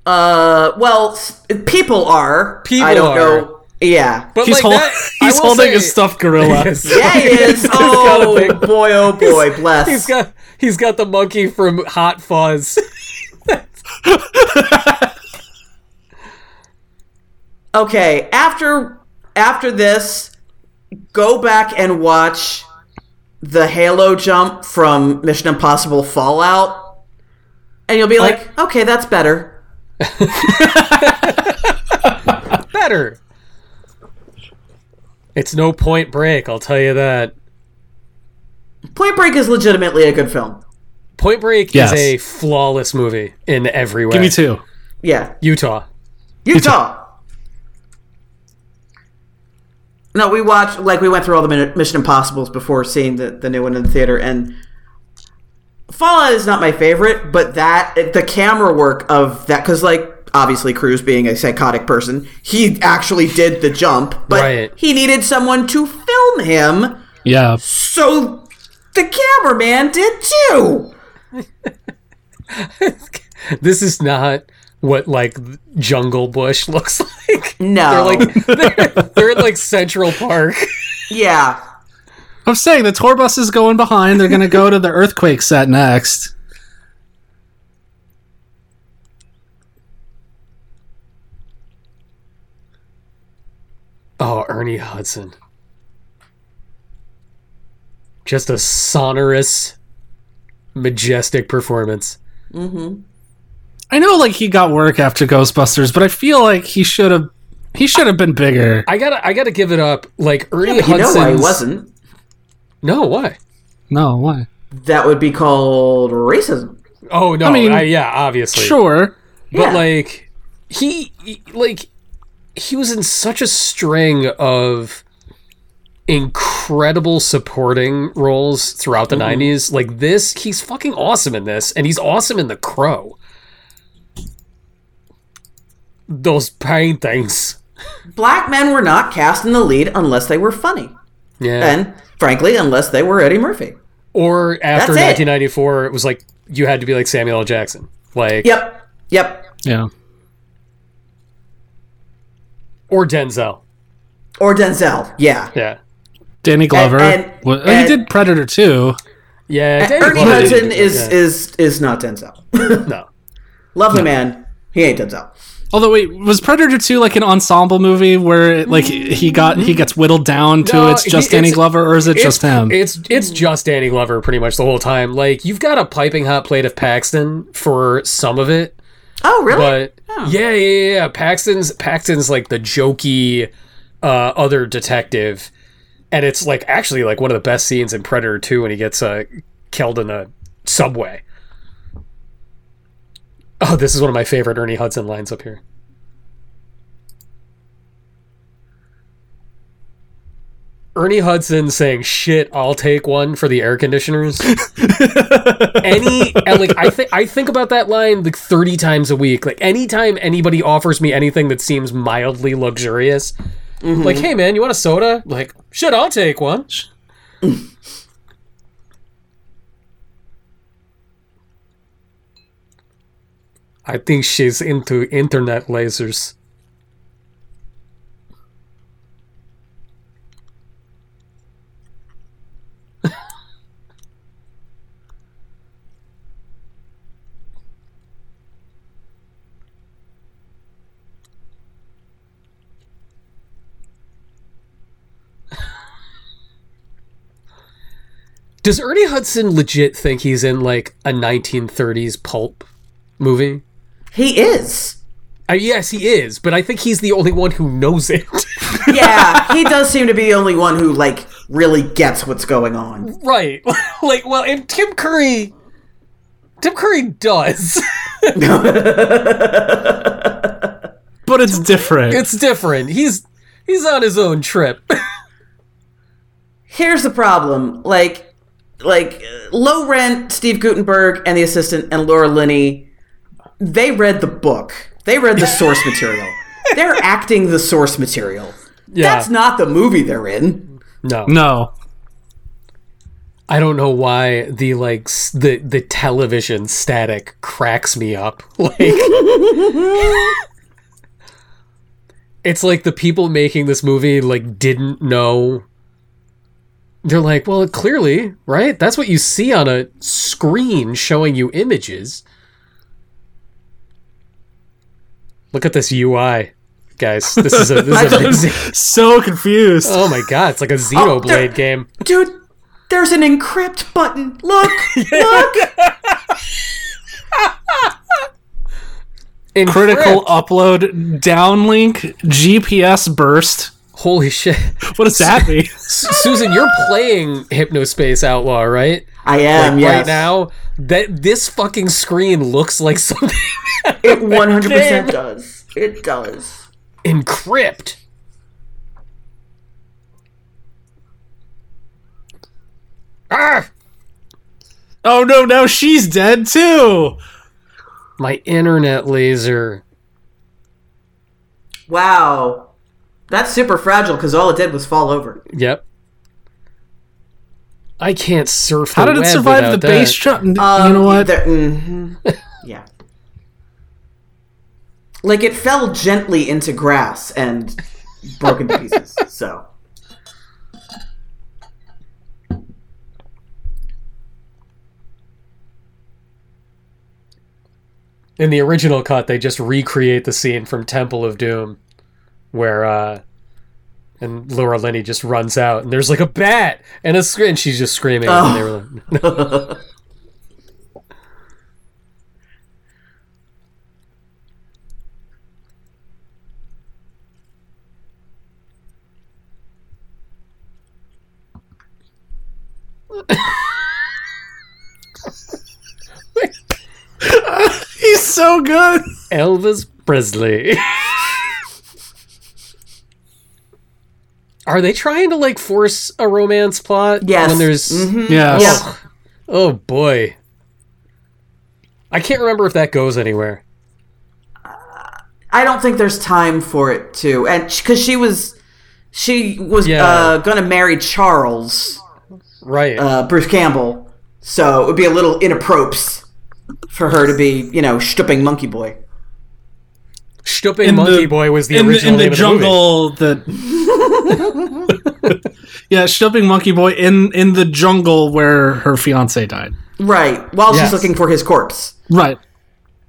Uh, well, s- people are. People I are. don't know. Yeah. But he's, like hol- that, I he's will holding say- a stuffed gorilla Yes. Yeah, he is. got a Oh big- boy, oh boy, bless. He's got he's got the monkey from Hot Fuzz. okay, after after this, go back and watch the Halo jump from Mission Impossible Fallout, and you'll be like, okay, that's better. Better. It's no Point Break, I'll tell you that. Point Break is legitimately a good film. Point Break Yes. is a flawless movie in every way. give me two Yeah, Utah. Utah. No, we watched like we went through all the Min- Mission Impossible's before seeing the, the new one in the theater, and Fallout is not my favorite, but that the camera work of that because like obviously Cruz being a psychotic person, he actually did the jump, but Right. he needed someone to film him, yeah so the cameraman did too. This is not what like Jungle Bush looks like. No, They're, they're at like Central Park. yeah, I'm saying the tour bus is going behind. They're going to go to the earthquake set next. Oh, Ernie Hudson. Just a sonorous, majestic performance. I know, like he got work after Ghostbusters, but I feel like he should have. He should have been bigger. I gotta, I gotta give it up. Like Ernie You Hudson. know why he wasn't? No, why? No, why? That would be called racism. Oh no, I mean, yeah, obviously. Sure. But Yeah. like he, he- like he was in such a string of incredible supporting roles throughout the 90s. Like this, he's fucking awesome in this and he's awesome in The Crow. Those paintings. Black men were not cast in the lead unless they were funny, Yeah. and frankly, unless they were Eddie Murphy. or after That's it. 1994, it. was like you had to be like Samuel L. Jackson. Like Yep, yep. Yeah. or Denzel. Or Denzel. Yeah. Yeah. Danny Glover. and- Well, and- he did Predator too. Yeah, Danny Ernie Glover did Hudson it. is Yeah. is is not Denzel. no. Lovely man. He ain't Denzel. Although wait, was Predator two like an ensemble movie where it, like he got he gets whittled down to No, it's just he- Danny it's- Glover or is it just him? It's it's just Danny Glover pretty much the whole time. Like you've got a piping hot plate of Paxton for some of it, Oh, really? but yeah, yeah, yeah, yeah. Paxton's Paxton's like the jokey uh, other detective, and it's like actually like one of the best scenes in Predator Two when he gets uh, killed in a subway. Oh, this is one of my favorite Ernie Hudson lines up here. Ernie Hudson saying "shit, I'll take one" for the air conditioners. any and like I think I think about that line like thirty times a week. Like anytime anybody offers me anything that seems mildly luxurious, Hmm. like hey man, you want a soda? Like shit, I'll take one. I think she's into internet lasers. Does Ernie Hudson legit think he's in like a 1930s pulp movie? he is. Uh, yes, he is, but I think he's the only one who knows it. Yeah, he does seem to be the only one who like really gets what's going on. right. like, well, and Tim Curry. Tim Curry does. but it's different. it's different. He's he's on his own trip. Here's the problem. Like like uh, low rent Steve Gutenberg and the assistant and Laura Linney, they read the book. They read the source material. They're acting the source material. yeah. That's not the movie they're in. no. no. I don't know why the like s- the the television static cracks me up. Like It's like the people making this movie like didn't know they're like, well, clearly, right? That's what you see on a screen showing you images. Look at this UI, guys. This is a this is a big Z- So confused. Oh my god, it's like a there- Xenoblade game. Dude, there's an encrypt button. Look, look. Encrypt. Critical upload downlink GPS burst. Holy shit. What does that mean? Susan, you're playing Hypnospace Outlaw, right? I am, Um, yes. Right now, that this fucking screen looks like something It 100% does. It does. encrypt. Ah, oh no, now she's dead too. my internet laser. Wow. That's super fragile because all it did was fall over. Yep. I can't surf. How the did it web survive the without base that. jump? Um, you know what? there- mhm. yeah. Like it fell gently into grass and broke into pieces. So in the original cut, they just recreate the scene from Temple of Doom, where uh, and Laura Linney just runs out, and there's like a bat and a screen. She's just screaming. Oh. And they were like, He's so good. Elvis Presley. Are they trying to like force a romance plot? Yes. When Mm-hmm. there's Yes. Yeah. oh boy, I can't remember if that goes anywhere. I don't think there's time for it too, and because she was, she was Yeah. uh, gonna marry Charles Right. uh, Bruce Campbell, so it would be a little inappropriate for her to be, you know, stripping monkey boy. Stooping in Monkey the- Boy was the in the, original in the name of movie. jungle that yeah stumping monkey boy in in the jungle where her fiance died Right. While Yes. she's looking for his corpse. right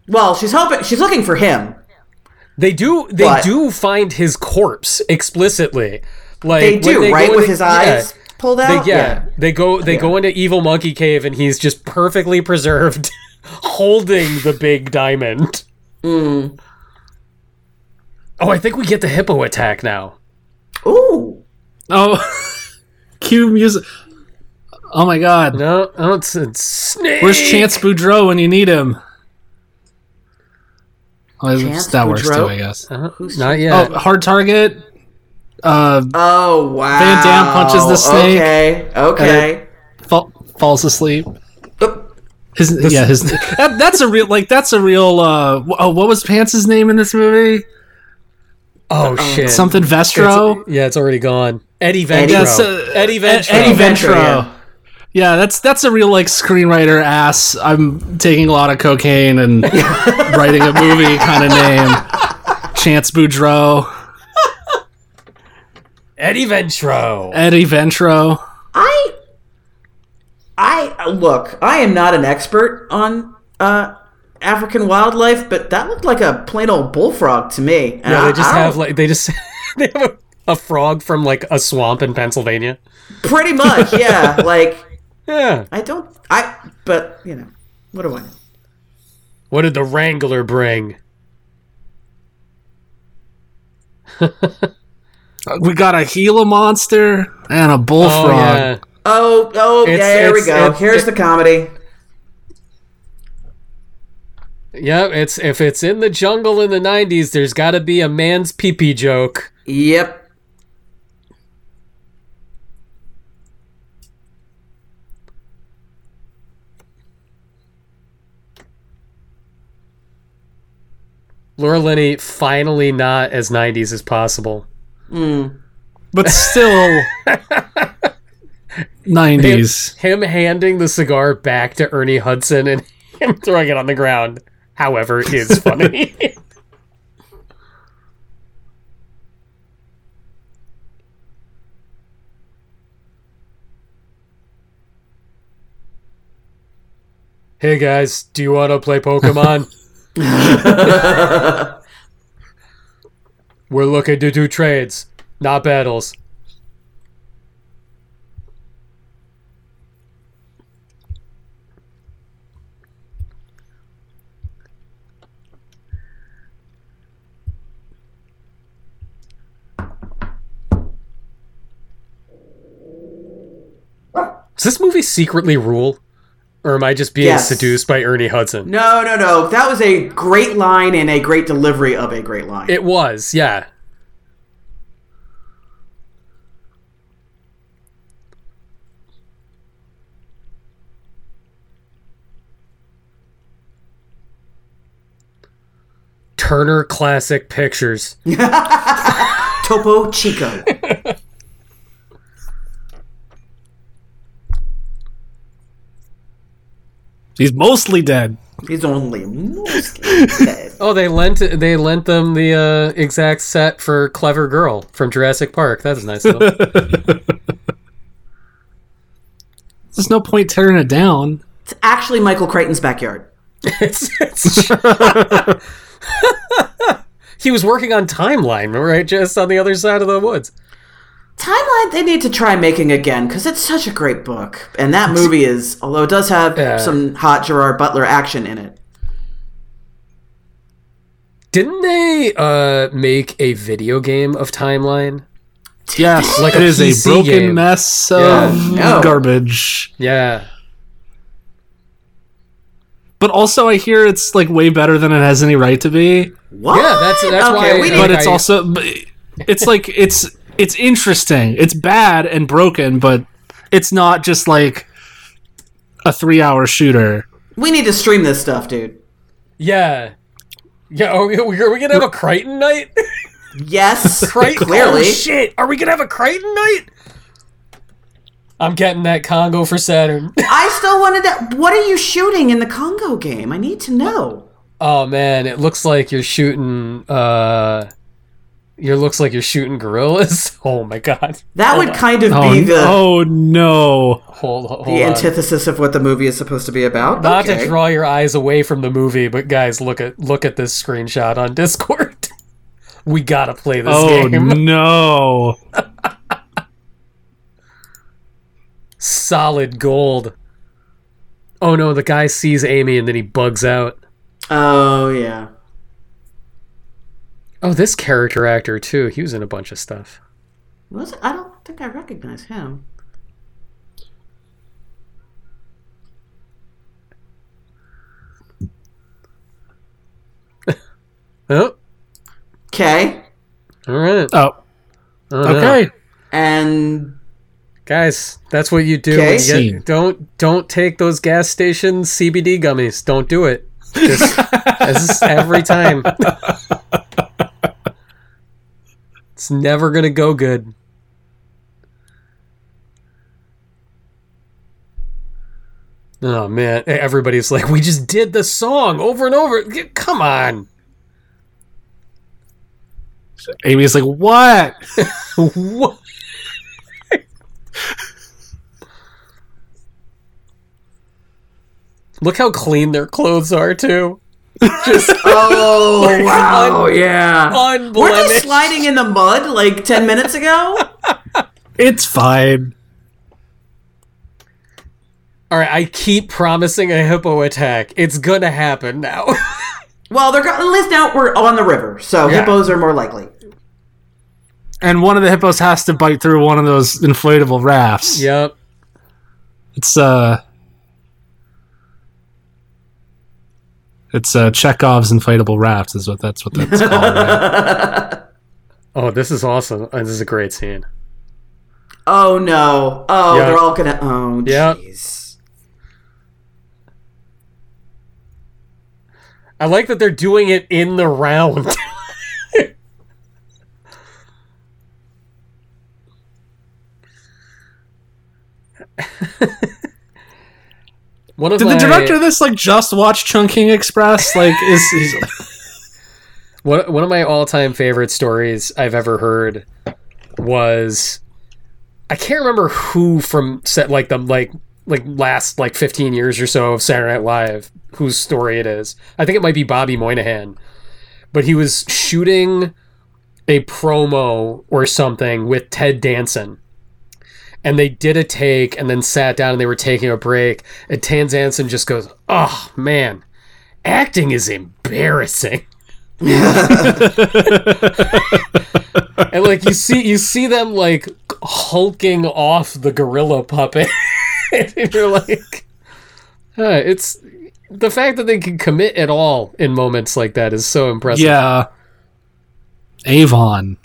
Well, she's hoping she's looking for him. They do they But- do find his corpse explicitly. Like They when do, go right? into- With his yeah. eyes Oh, pulled They, out. yeah, they go they go into Evil Monkey Cave and he's just perfectly preserved, holding the big diamond. Hmm. Oh, I think we get the hippo attack now. Yeah. Ooh. oh cue music oh my god No, I don't. s- It's snake. where's chance boudreau when you need him Oh, Chance that works too Boudreau? i guess Uh, Not yet. oh hard target uh Oh wow. Van Damme punches the snake. Okay. Okay. fa- falls asleep Oh, his, yeah, his that, that's a real like that's a real. Uh, wh- oh, what was Pants' name in this movie? Oh, shit. Something Vestro. It's- yeah, it's already gone. Eddie Ventro. Yeah, so- Eddie Ventro. uh, Eddie Ventro. Ventro, yeah. Yeah. that's that's a real like screenwriter ass. I'm taking a lot of cocaine and writing a movie kind of name. Chance Boudreau, Eddie Ventro. Eddie Ventro. I. I look. I am not an expert on uh, African wildlife, but that looked like a plain old bullfrog to me. And Yeah, I- they just I don't- have like they just they have a, a frog from like a swamp in Pennsylvania. pretty much. Yeah, like Yeah. I don't. I. But you know, what do I know? What did the Wrangler bring? We got a Gila monster and a bullfrog. Oh, yeah. Oh, oh, It's- there we it's- go. it's- Here's the comedy. Yeah, it's if it's in the jungle in the 90s, there's got to be a man's pee-pee joke. Yep. Laura Linney finally not as 90s as possible. Hmm. But still, nineties. Him handing the cigar back to Ernie Hudson and him throwing it on the ground, however, is funny. hey guys, do you want to play Pokemon? We're looking to do trades, not battles. Does this movie secretly rule? Or am I just being Yes. seduced by Ernie Hudson? No, no, no. That was a great line and a great delivery of a great line. It was, yeah. Turner Classic Pictures. Topo Chico. He's mostly dead. He's only mostly dead. Oh, they lent they lent them the uh, exact set for Clever Girl from Jurassic Park. That's nice. of them. There's no point tearing it down. It's actually Michael Crichton's backyard. It's, it's he was working on Timeline, right? Just on the other side of the woods. Timeline they need to try making again because it's such a great book, and that movie is although it does have Yeah. some hot Gerard Butler action in it. Didn't they uh, make a video game of Timeline? Yes, Like like a it is PC a broken game. mess of Yeah. No. garbage. Yeah. But also, I hear it's like way better than it has any right to be. What? Yeah, that's- that's okay, why- Like, We But didn't, it's I- also, but it's like it's it's interesting. It's bad and broken, but it's not just like a three-hour shooter. we need to stream this stuff, dude. Yeah. Yeah, are we, are we gonna have a Crichton night? Yes, Crichton? clearly. Oh, shit! Are we gonna have a Crichton night? I'm getting that Congo for Saturn. I still wanted that. What are you shooting in the Congo game? I need to know. oh man, it looks like you're shooting. uh It looks like you're shooting gorillas. Oh my god! That would kind of Oh, be the, oh no! Hold, hold the on. antithesis of what the movie is supposed to be about. Not okay. to draw your eyes away from the movie, but guys, look at look at this screenshot on Discord. we gotta play this Oh game. no! Solid gold. Oh no, the guy sees Amy and then he bugs out. Oh yeah. Oh, this character actor too. He was in a bunch of stuff. Was it? I don't think I recognize him. Oh, Okay. all right. Oh, Oh, no. okay. And guys, that's what you do. Okay. when you get- don't don't take those gas station CBD gummies. Don't do it. Just, this is every time. it's never gonna go good. Oh man, everybody's like, we just did the song over and over. G- Come on, Amy's like, what? what? Look how clean their clothes are too. oh wow, yeah. Oh, Were they Unblemished. sliding in the mud like ten minutes ago? It's fine. All right, I keep promising a hippo attack. It's gonna happen now. Well, they're go- at least now we're on the river, so Yeah. hippos are more likely. And one of the hippos has to bite through one of those inflatable rafts. yep. It's uh It's uh Chekhov's inflatable raft is what that's what that's called. right? Oh, this is awesome. Oh, this is a great scene. Oh no! Oh, Yeah. they're all gonna. Oh, Yeah. jeez. I like that they're doing it in the round. One of Did the my- director of this like just watch Chunking Express? Like is, is One, one of my all-time favorite stories I've ever heard was I can't remember who from set like the like like last like 15 years or so of Saturday Night Live whose story it is. I think it might be Bobby Moynihan, but he was shooting a promo or something with Ted Danson. And they did a take and then sat down and they were taking a break. And Ted Danson just goes, Oh man, acting is embarrassing. and like you see you see them like hulking off the gorilla puppet and you're like huh, it's the fact that they can commit at all in moments like that is so impressive yeah. Avon.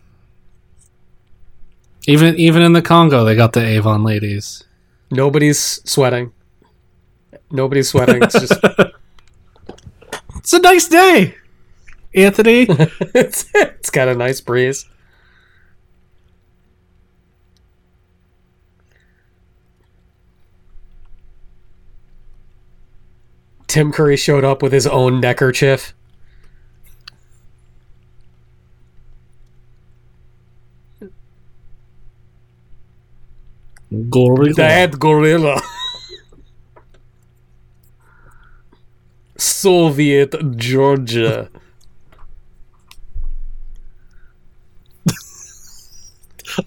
Even even in the Congo they got the Avon ladies. nobody's sweating nobody's sweating it's just It's a nice day. Anthony. it's, it's got a nice breeze Tim Curry showed up with his own neckerchief. Glory. That gorilla. Soviet Georgia.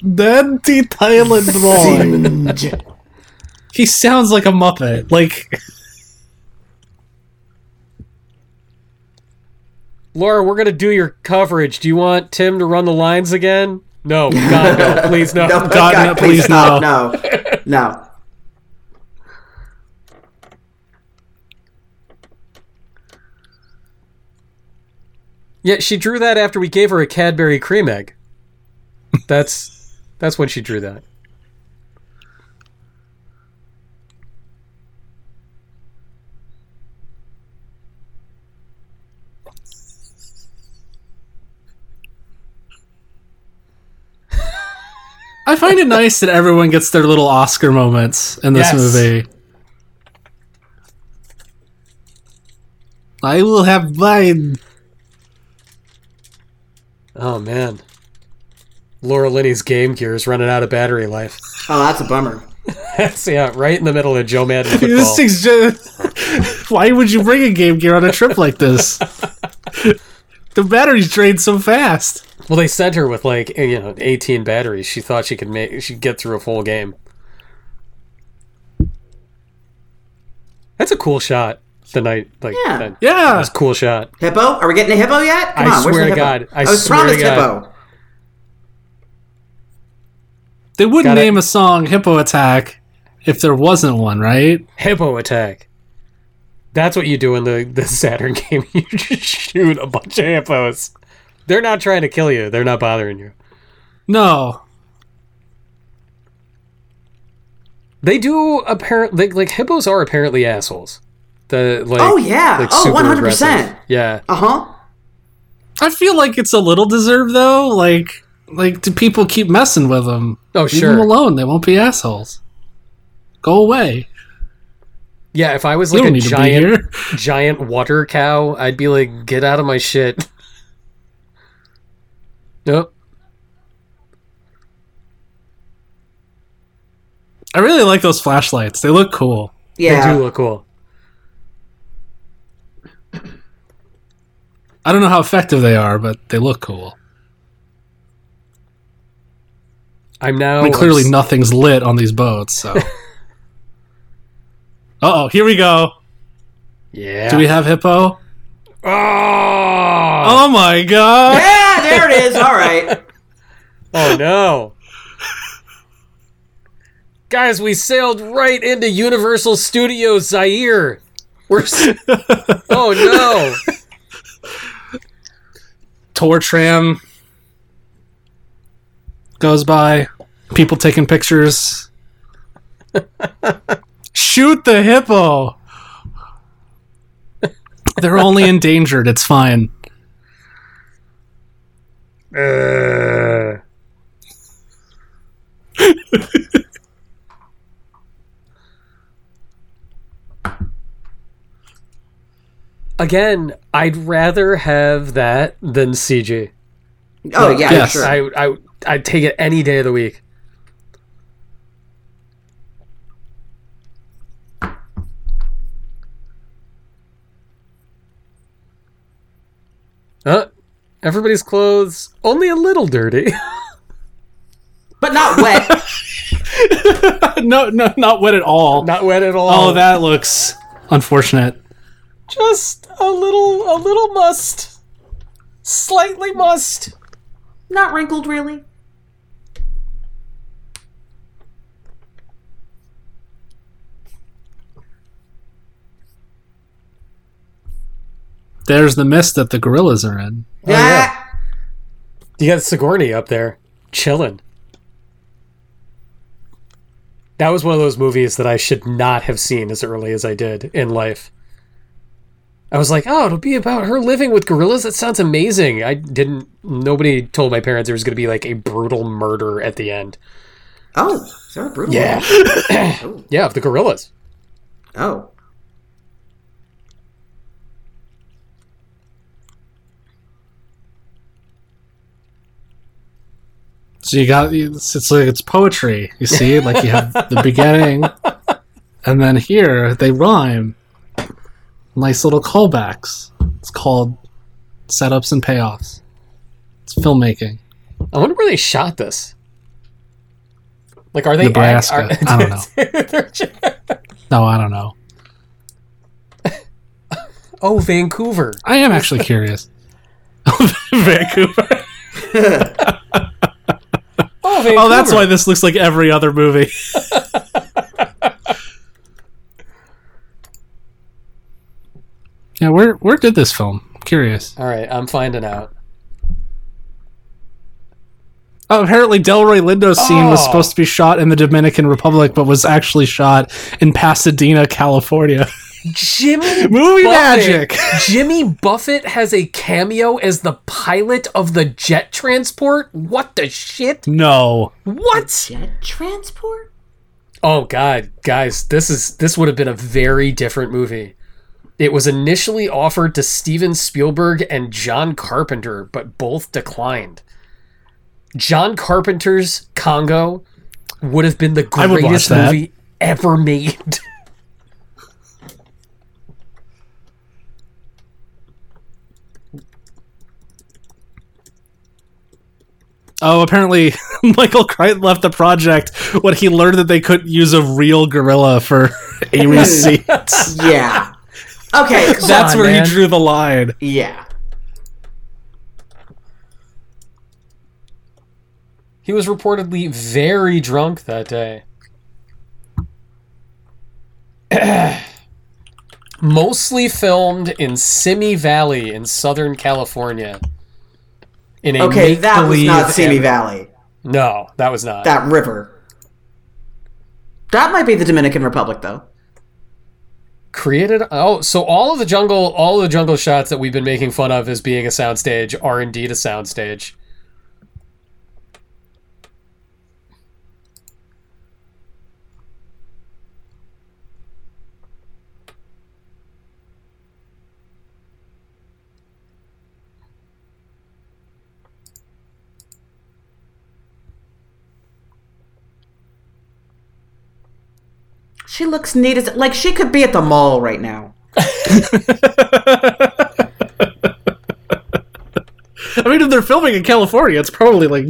Then the Thailand boy. he sounds like a Muppet. Like Laura, we're gonna do your coverage. Do you want Tim to run the lines again? No, God, no, please, no. No, God, no, please, stop. No, no. Yeah, she drew that after we gave her a Cadbury cream egg. That's that's when she drew that. I find it nice that everyone gets their little Oscar moments in this Yes. movie. I will have mine. Oh man. Laura Linney's Game Gear is running out of battery life. Oh, that's a bummer. That's yeah, right in the middle of Joe Madden football. This thing's just. Why would you bring a Game Gear on a trip like this? the batteries drain so fast. Well, they sent her with like you know 18 batteries. She thought she could make she get through a full game. That's a cool shot. The night, like Yeah. that- Yeah. that's a cool shot. Hippo? Are we getting a hippo yet? Come I on, where's swear to the hippo? God, I was swear to promised God. hippo. They wouldn't Got it. name a song Hippo Attack if there wasn't one, right? Hippo attack. That's what you do in the the Saturn game. You just shoot a bunch of hippos. They're not trying to kill you. They're not bothering you. No. They do apparently like, like hippos are apparently assholes. The like Oh, yeah. like, Oh, super 100%. aggressive. Yeah. Uh huh. I feel like it's a little deserved though. Like, like do people keep messing with them? Oh Leave sure. them alone. They won't be assholes. Go away. Yeah, if I was You like don't a need to be giant here. giant water cow, I'd be like, get out of my shit. Nope. I really like those flashlights. They look cool. They Yeah. do look cool. I don't know how effective they are, but they look cool. I'm now I mean, clearly obs- nothing's lit on these boats. So. oh, here we go. Yeah. Do we have hippo? oh! Oh my god! Yeah, there it is. All right. Oh, no. Guys, we sailed right into Universal Studios Zaire. We're s- Oh no. Tour tram goes by. People taking pictures. Shoot the hippo. They're only endangered. It's fine. Uh. Again, I'd rather have that than CG. Oh, yeah, Yes. sure. I I I'd take it any day of the week. Uh, everybody's clothes only a little dirty. But not wet. no, no, not wet at all. Not wet at all. oh, that looks unfortunate. just a little a little must. Slightly must. not wrinkled, really. There's the mist that the gorillas are in. yeah. Oh, Yeah. You got Sigourney up there, chilling. That was one of those movies that I should not have seen as early as I did in life. I was like, oh, it'll be about her living with gorillas. That sounds amazing. I didn't. Nobody told my parents there was going to be like a brutal murder at the end. Oh, is that a brutal? one? yeah, of the gorillas. Oh. So you got it's, it's like it's poetry. You see, like you have the beginning, and then here they rhyme. nice little callbacks. It's called setups and payoffs. It's filmmaking. I wonder where they shot this. Like, are they Nebraska. I don't know. No, I don't know. oh, Vancouver. I am actually curious. Vancouver. Oh, Vancouver. Oh, that's why this looks like every other movie. yeah, where where did this film? I'm curious. All right, I'm finding out. Oh, apparently Delroy Lindo's scene was Oh. supposed to be shot in the Dominican Republic, but was actually shot in Pasadena, California. Jimmy Movie Buffett. magic. Jimmy Buffett has a cameo as the pilot of the jet transport. What the shit? No. What? Jet transport? Oh god, guys, this is this would have been a very different movie. It was initially offered to Steven Spielberg and John Carpenter, but both declined. John Carpenter's Congo would have been the I would watch greatest that. movie ever made. Oh, apparently Michael Crichton left the project when he learned that they couldn't use a real gorilla for a receipt. That's Yeah. Okay. so- on, where man. he drew the line. yeah. he was reportedly very drunk that day. Mostly filmed in Simi Valley in Southern California. In a Okay, that was make-believe not Simi am- Valley. No, that was not. That river. That might be the Dominican Republic, though. created oh so all of the jungle all of the jungle shots that we've been making fun of as being a soundstage are indeed a soundstage She looks neat as like she could be at the mall right now. I mean, if they're filming in California, it's probably like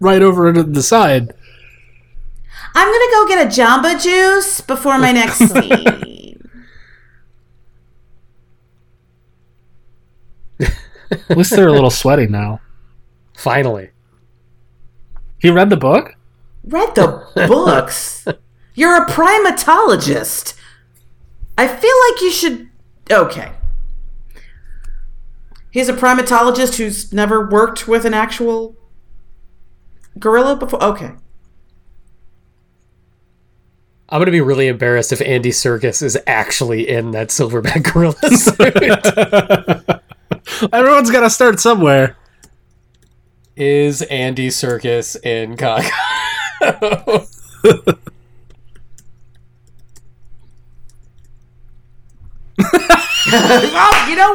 right over to the side. I'm gonna go get a Jamba Juice before my next scene. At least they're a little sweaty now. finally He read the book? Read the books. You're a primatologist. I feel like you should. Okay. He's a primatologist who's never worked with an actual gorilla before. Okay. i'm gonna be really embarrassed if andy circus is actually in that silverback gorilla suit Everyone's got to start somewhere. is andy circus in cock Oh, you know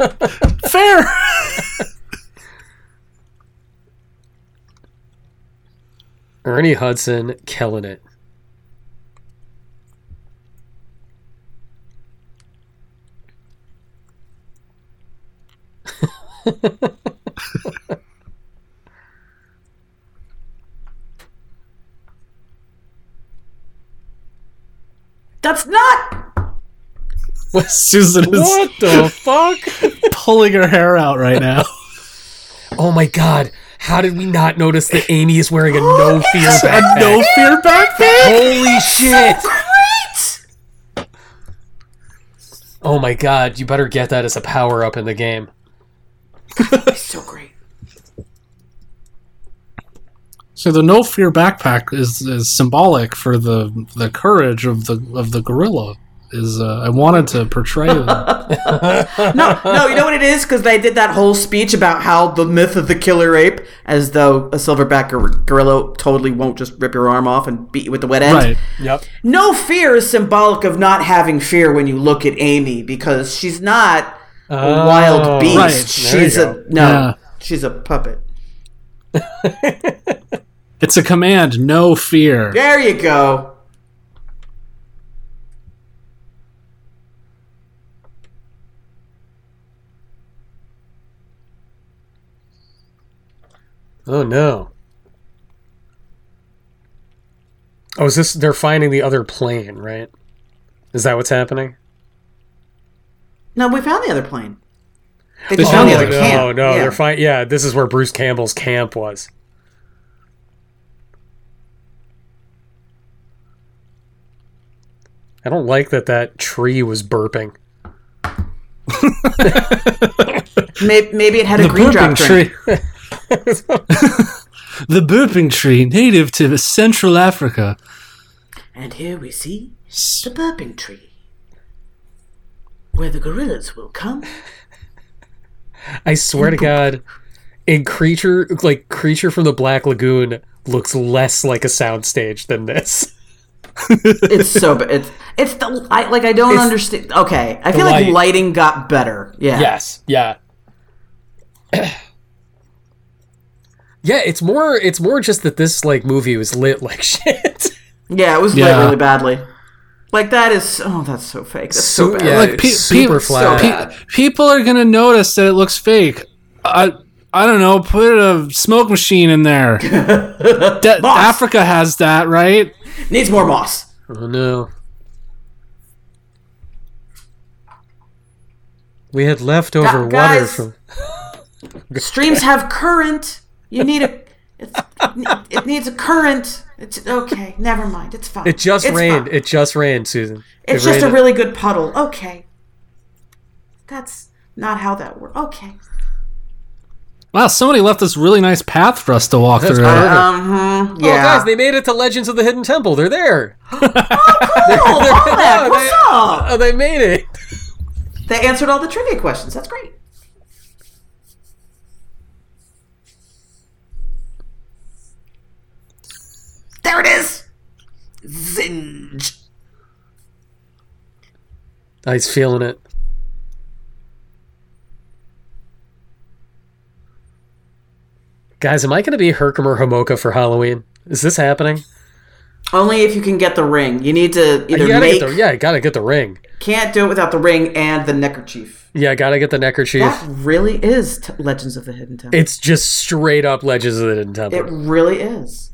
what? Fair. ernie hudson killing it That's not. Susan is the fuck pulling her hair out right now. oh my god how did we not notice that amy is wearing a no fear A backpack no fear backpack? holy shit Great! oh my god you better get that as a power up in the game It's so great. So the no fear backpack is, is symbolic for the the courage of the of the gorilla. Is uh, I wanted to portray that. No, no, you know what it is? Because they did that whole speech about how the myth of the killer ape, as though a silverback gor- gorilla totally won't just rip your arm off and beat you with the wet end. right. yep No fear is symbolic of not having fear when you look at Amy because she's not Oh. a wild beast. right. There you She's a go. no. Yeah. She's a puppet. It's a command, no fear. There you go. Oh no. Oh, is this they're finding the other plane, right? Is that what's happening? No, we found the other plane. They just found found the the other other Oh, no, camp. no, Yeah. they're fine. Yeah, this is where Bruce Campbell's camp was. I don't like that that tree was burping. Maybe, maybe it had a green drop drink. the burping tree, native to Central Africa. And here we see the burping tree, where the gorillas will come. I swear to God, in creature like creature from the Black Lagoon looks less like a soundstage than this. It's so bad. It's, it's the I, like I don't understand. Okay, I feel like light. lighting got better. Yeah. Yes. Yeah. yeah, it's more it's more just that this like movie was lit like shit. Yeah, it was Yeah. lit really badly. Like that is oh, that's so fake. That's so, Su- bad. yeah, Like, pe- super pe- flat. pe- people are gonna notice that it looks fake. I I don't know. Put a smoke machine in there. Da- Boss. Africa has that, right? Needs more moss. oh no. We had leftover Gu- water guys. from Streams have current. You need a. It's, it needs a current. It's okay. Never mind. It's fine. It just It's rained. fine. It just rained, Susan. It's It just a rained. really good puddle. Oh, Okay. That's not how that works. Okay. Wow, somebody left this really nice path for us to walk That's through. perfect. um, Oh, yeah. guys, they made it to Legends of the Hidden Temple. They're there. oh, Alec, Oh, what's they- up? Oh, they made it. They answered all the trivia questions. That's great. There it is. Zinj. He's feeling it. Guys, am I going to be Herkimer Homoka for Halloween? Is this happening? Only if you can get the ring. You need to either You gotta make. get the, yeah, I gotta get the ring. Can't do it without the ring and the neckerchief. Yeah, I gotta get the neckerchief. That really is t- Legends of the Hidden Temple. It's just straight up Legends of the Hidden Temple. It really is.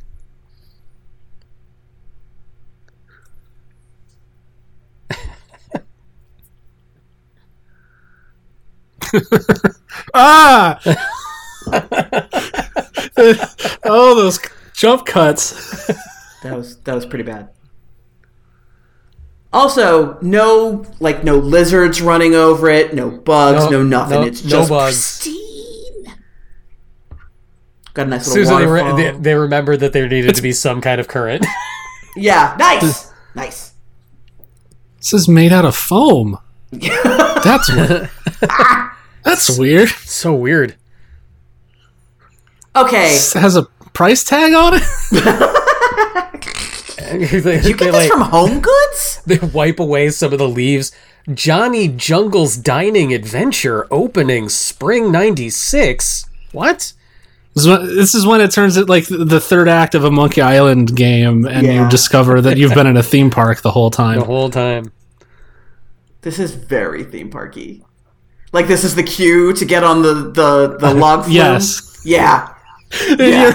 Ah! oh, those jump cuts. That was that was pretty bad. Also, no like no lizards running over it, no bugs, No, no, nothing. no- it's no just bugs. pristine. Got a nice little Susan, they, re- waterfall. they, they remembered that there needed to be some kind of current. yeah, nice, nice. This is made out of foam. That's weird. That's weird. so weird. Okay, This has a price tag on it. you get you get this from Home Goods? they wipe away some of the leaves. Johnny Jungle's Dining Adventure opening spring 96. What? This is when- This is when it turns it like the third act of a Monkey Island game, and you Yeah. discover that you've been in a theme park the whole time. The whole time. This is very theme parky. Like this is the queue to get on the the the log. flume? yes. Yeah. And you're-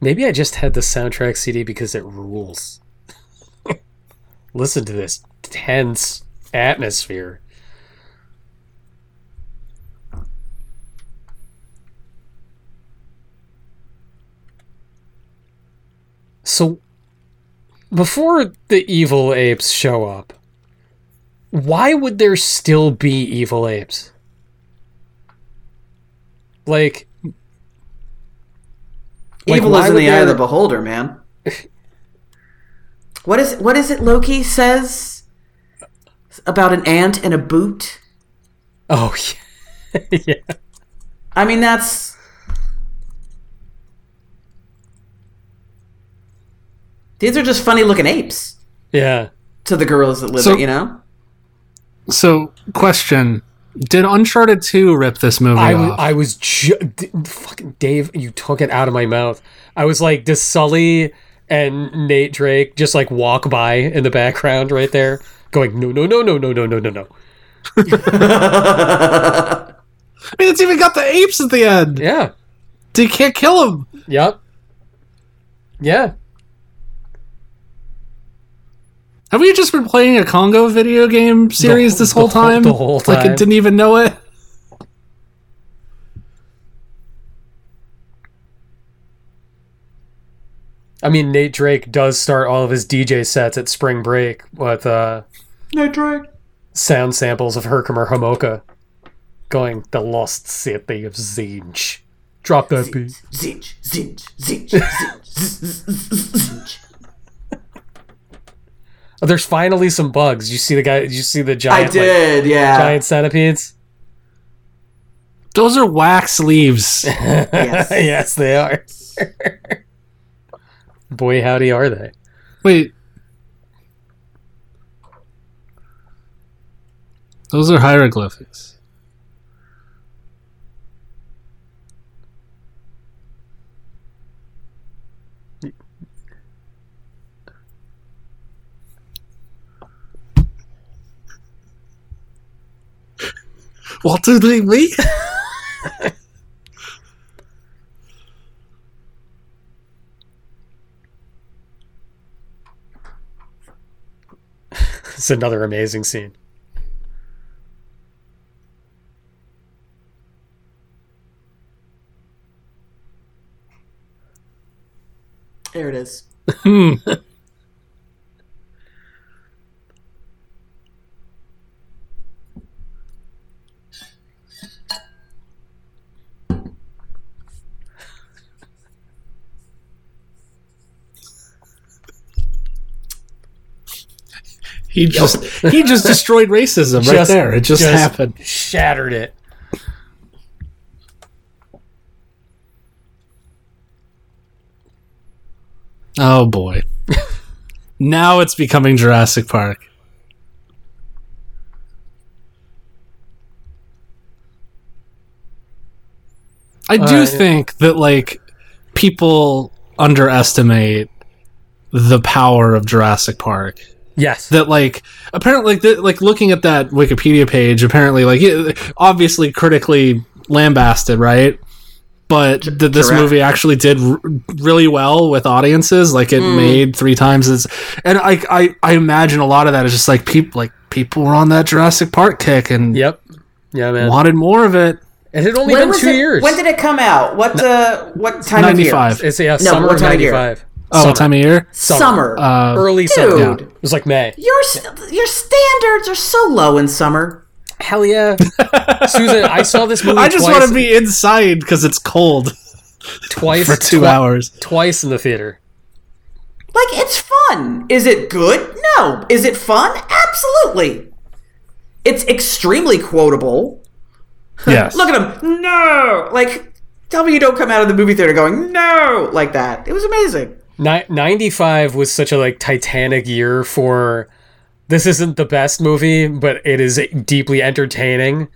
Maybe I just had the soundtrack CD because it rules. Listen to this tense atmosphere. So, before the evil apes show up, why would there still be evil apes? Like, Like, Evil why is in would the eye of there- the beholder, man. what is what is it Loki says about an ant and a boot? oh, yeah. I mean that's These are just funny looking apes yeah. to the gorillas that live So- it, you know? So, question: Did Uncharted Two rip this movie I, w- off? I was ju- d- fucking Dave. You took it out of my mouth. I was like, does Sully and Nate Drake just like walk by in the background right there, going no no no no no no no no no. I mean, it's even got the apes at the end. Yeah. You can't kill them. Yep. Yeah. Have we just been playing a Congo video game series wh- this whole the whole- time? the whole Like I time. didn't even know it. I mean, Nate Drake does start all of his DJ sets at spring break with uh, No drug. sound samples of Herkimer Homoka going, The Lost City of Zinj. Drop that beat. Zinch, zinch, zinch, zinch, zinch, zinch. Oh, there's finally some bugs. You see the guy, you see the I giant, like, did, yeah. giant centipedes? Those are wax leaves. Yes. yes, they are. Boy, howdy, are they? Wait. Those are hieroglyphics. What do they mean? It's another amazing scene. There it is. He just he just destroyed racism right Just- there. It just, just- happened. Shattered it. Oh boy. now it's becoming Jurassic Park. I do Alright. think that like people underestimate the power of Jurassic Park Yes. that like apparently like, the, like looking at that wikipedia page apparently like it, obviously critically lambasted right but that this correct. movie actually did r- really well with audiences like it made three times as and I, I i imagine a lot of that is just like people like people were on that jurassic park kick and yep. Yeah, man. wanted more of it It had only been was two it, years. When did it come out? What uh, what time of 95 year? It's yeah, No, summer what of time of year? '95. oh what time of year Summer. uh, Early summer. Um, Dude. It was like May. your s- your standards are so low in summer. Hell yeah, Susan. I saw this movie. i just twice, want to be inside because it's cold twice for two twi- hours Twice in the theater. Like it's fun. Is it good? No. Is it fun? Absolutely. It's extremely quotable. yes Look at him. No. Like tell me you don't come out of the movie theater going no like that. It was amazing. Ni- Ninety-five was such a like Titanic year for. This isn't the best movie, but it is deeply entertaining.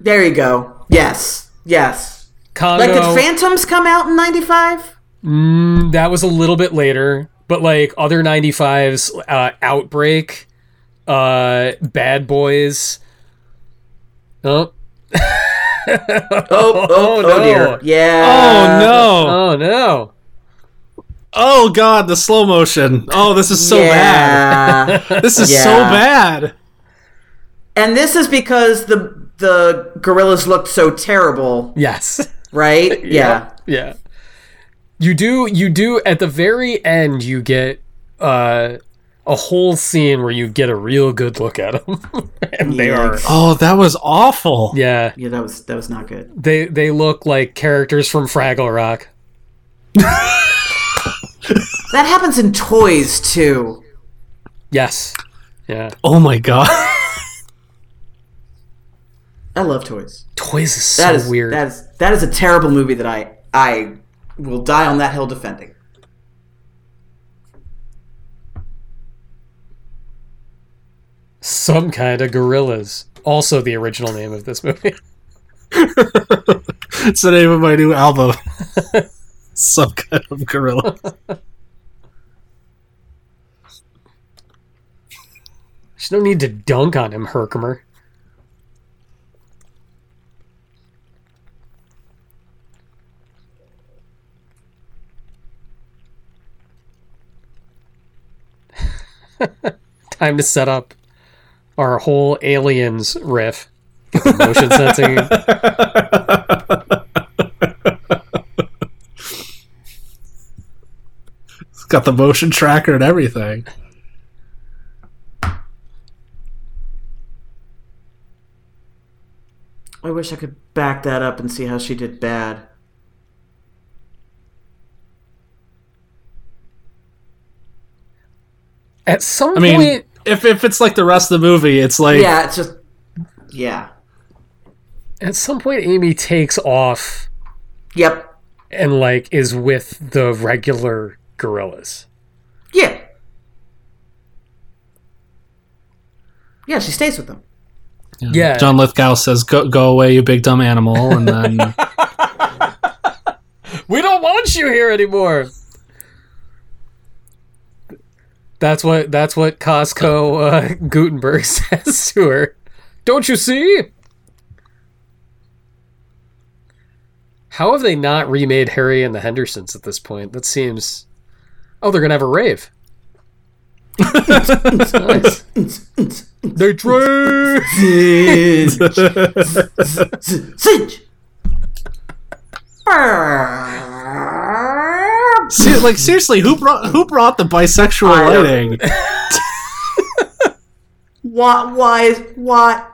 There you go. Yes. Yes. Congo. Like did Phantoms come out in 95? Mm, that was a little bit later, but like other 95s, uh, Outbreak, uh, Bad Boys. Oh, Oh, oh, oh, no. dear. oh Yeah. no oh no. Oh god, the slow motion. Oh, this is so yeah. bad. This is so Yeah. bad. and this is because the the gorillas looked so terrible, Yes. right? Yeah. Yeah. You do you do at the very end you get uh a whole scene where you get a real good look at them. and they are Oh, that was awful. yeah, Yeah, that was that was not good. they they look like characters from Fraggle Rock. That happens in toys too. Yes. Yeah. Oh my god. I love toys. Toys is so That is weird. That is that is a terrible movie that I I will die on that hill defending. Some kind of gorillas. Also the original name of this movie. it's the name of my new album. Some kind of gorilla. There's no need to dunk on him, Herkimer. Time to set up our whole aliens riff. With the motion sensing. It's got the motion tracker and everything. I wish I could back that up and see how she did bad. At some I mean, point, if if it's like the rest of the movie, it's like Yeah, it's just yeah. at some point, Amy takes off Yep. and like is with the regular gorillas. Yeah. Yeah, she stays with them. Yeah. John Lithgow says, "Go go away, you big dumb animal," and then We don't want you here anymore. That's what that's what Costco uh, Gutenberg says to her. Don't you see? How have they not remade Harry and the Hendersons at this point? That seems. Oh, they're gonna have a rave. That's nice. They drink. Singe. Se- like seriously, who brought who brought the bisexual I don't- lighting? Why? Why is why?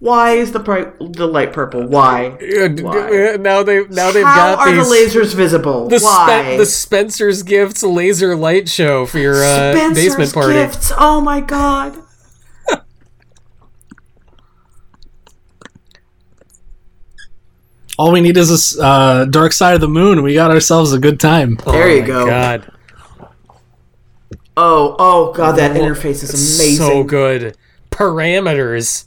Why is the pri- the light purple? Why? Why? uh, now they now they've How got are these the lasers visible? the, why? Spe- the Spencer's Gifts laser light show for your uh, Spencer's basement party. gifts. Oh my god. All we need is a s- uh, dark side of the moon. We got ourselves a good time. There you Oh My go. God, Oh, oh god, that interface is amazing. so good. Parameters.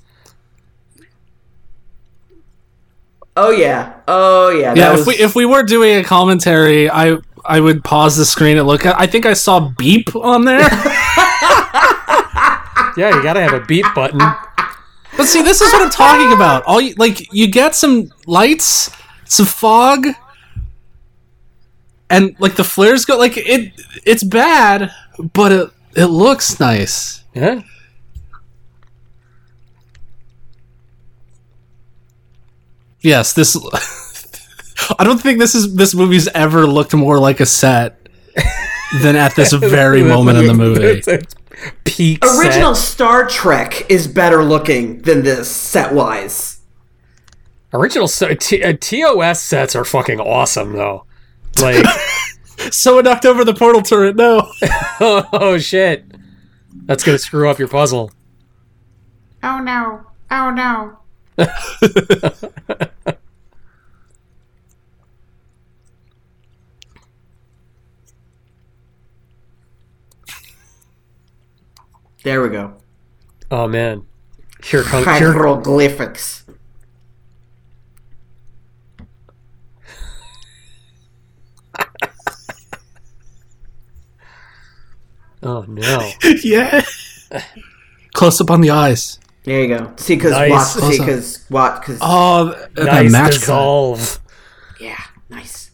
Oh yeah. Oh yeah. that Yeah, if was- we if we were doing a commentary, I I would pause the screen and look. at I think I saw beep on there. Yeah, you gotta have a beat button. But see, this is what I'm talking about. All you, like you get some lights, some fog, and like the flares go like it. It's bad, but it it looks nice. Yeah. Yes, this. I don't think this is this movie's ever looked more like a set than at this very moment in the movie. It's- it's Peak original original. Star Trek is better looking than this set wise. Original so- T- uh, TOS sets are fucking awesome though. Like, Someone knocked over the portal turret. No. oh, shit, that's gonna screw up your puzzle. Oh no. Oh no. There we go. Oh man, here comes here, Hieroglyphics. Oh no. yeah. Close up on the eyes. There you go. See, because Nice. watch. See, Awesome. because watch. Because Oh, the Nice match cut. dissolve. yeah, nice.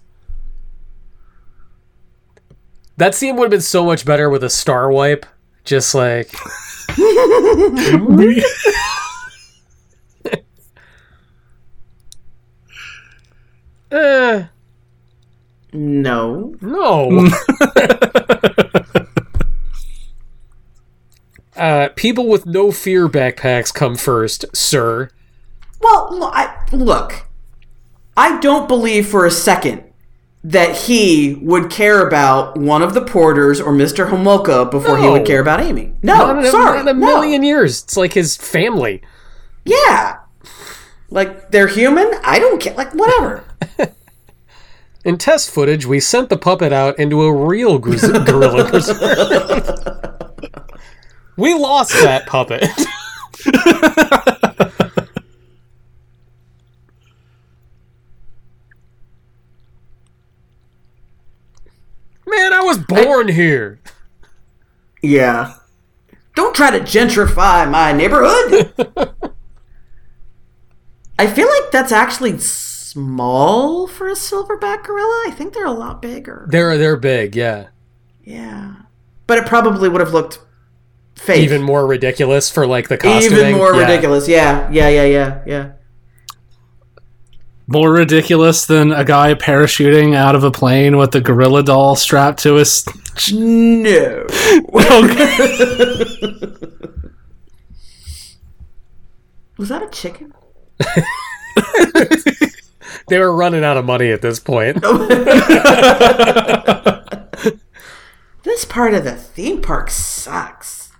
That scene would have been so much better with a star wipe. Just like eh, No. no. uh, people with no fear backpacks come first, sir. Well, lo- I, look, I don't believe for a second that he would care about one of the porters or Mr. Homolka before he No. would care about Amy. No, Not in a, sorry, not in a Oh, no. million years. It's like his family. Yeah, like they're human. I don't care. Like whatever. In test footage, we sent the puppet out into a real grizz- gorilla grizzly. we lost that puppet. Man, I was born here. yeah. Don't try to gentrify my neighborhood. I feel like that's actually small for a silverback gorilla. I think they're a lot bigger. They're they're big, yeah. Yeah. But it probably would have looked fake. Even more ridiculous for like the Even costuming. more yeah. ridiculous. Yeah. Yeah, yeah, yeah, yeah. More ridiculous than a guy parachuting out of a plane with a gorilla doll strapped to his. No. Okay. Was that a chicken? They were running out of money at this point. This part of the theme park sucks.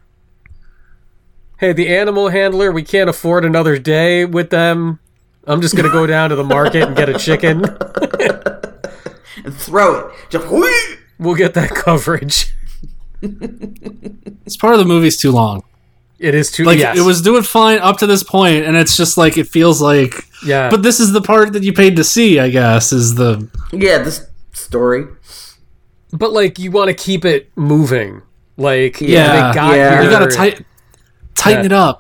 Hey, the animal handler, we can't afford another day with them. I'm just gonna go down to the market and get a chicken. And throw it. Just We'll get that coverage. this part of the movie's too long. It is too Like yes. it was doing fine up to this point, and it's just like it feels like. yeah. But this is the part that you paid to see, I guess, is the Yeah, this story. but like you want to keep it moving like Yeah. they got Yeah. here. you gotta tight, tighten Yeah. it up.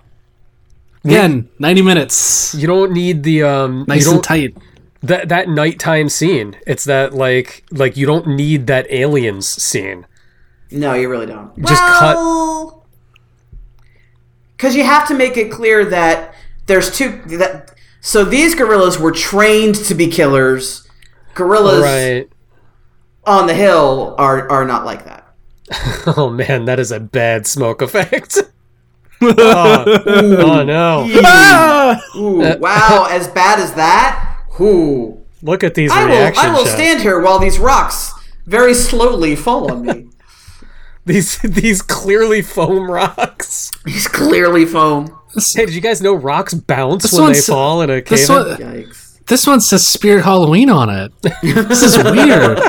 Again, ninety minutes, you don't need the um nice you don't, and tight. that that nighttime scene it's that like like you don't need that aliens scene No, you really don't. Just cut- Because you have to make it clear that there's two. That, so these gorillas were trained to be killers. Gorillas right on the hill are, are not like that. oh man that is a bad smoke effect oh, oh no Ooh, wow, as bad as that? Ooh. look at these I will, reaction I will shots stand here while these rocks very slowly fall on me. these these clearly foam rocks He's clearly foam. hey did you guys know rocks bounce when they one's- fall in a cave This one, Yikes. this one says Spirit Halloween on it. this is weird.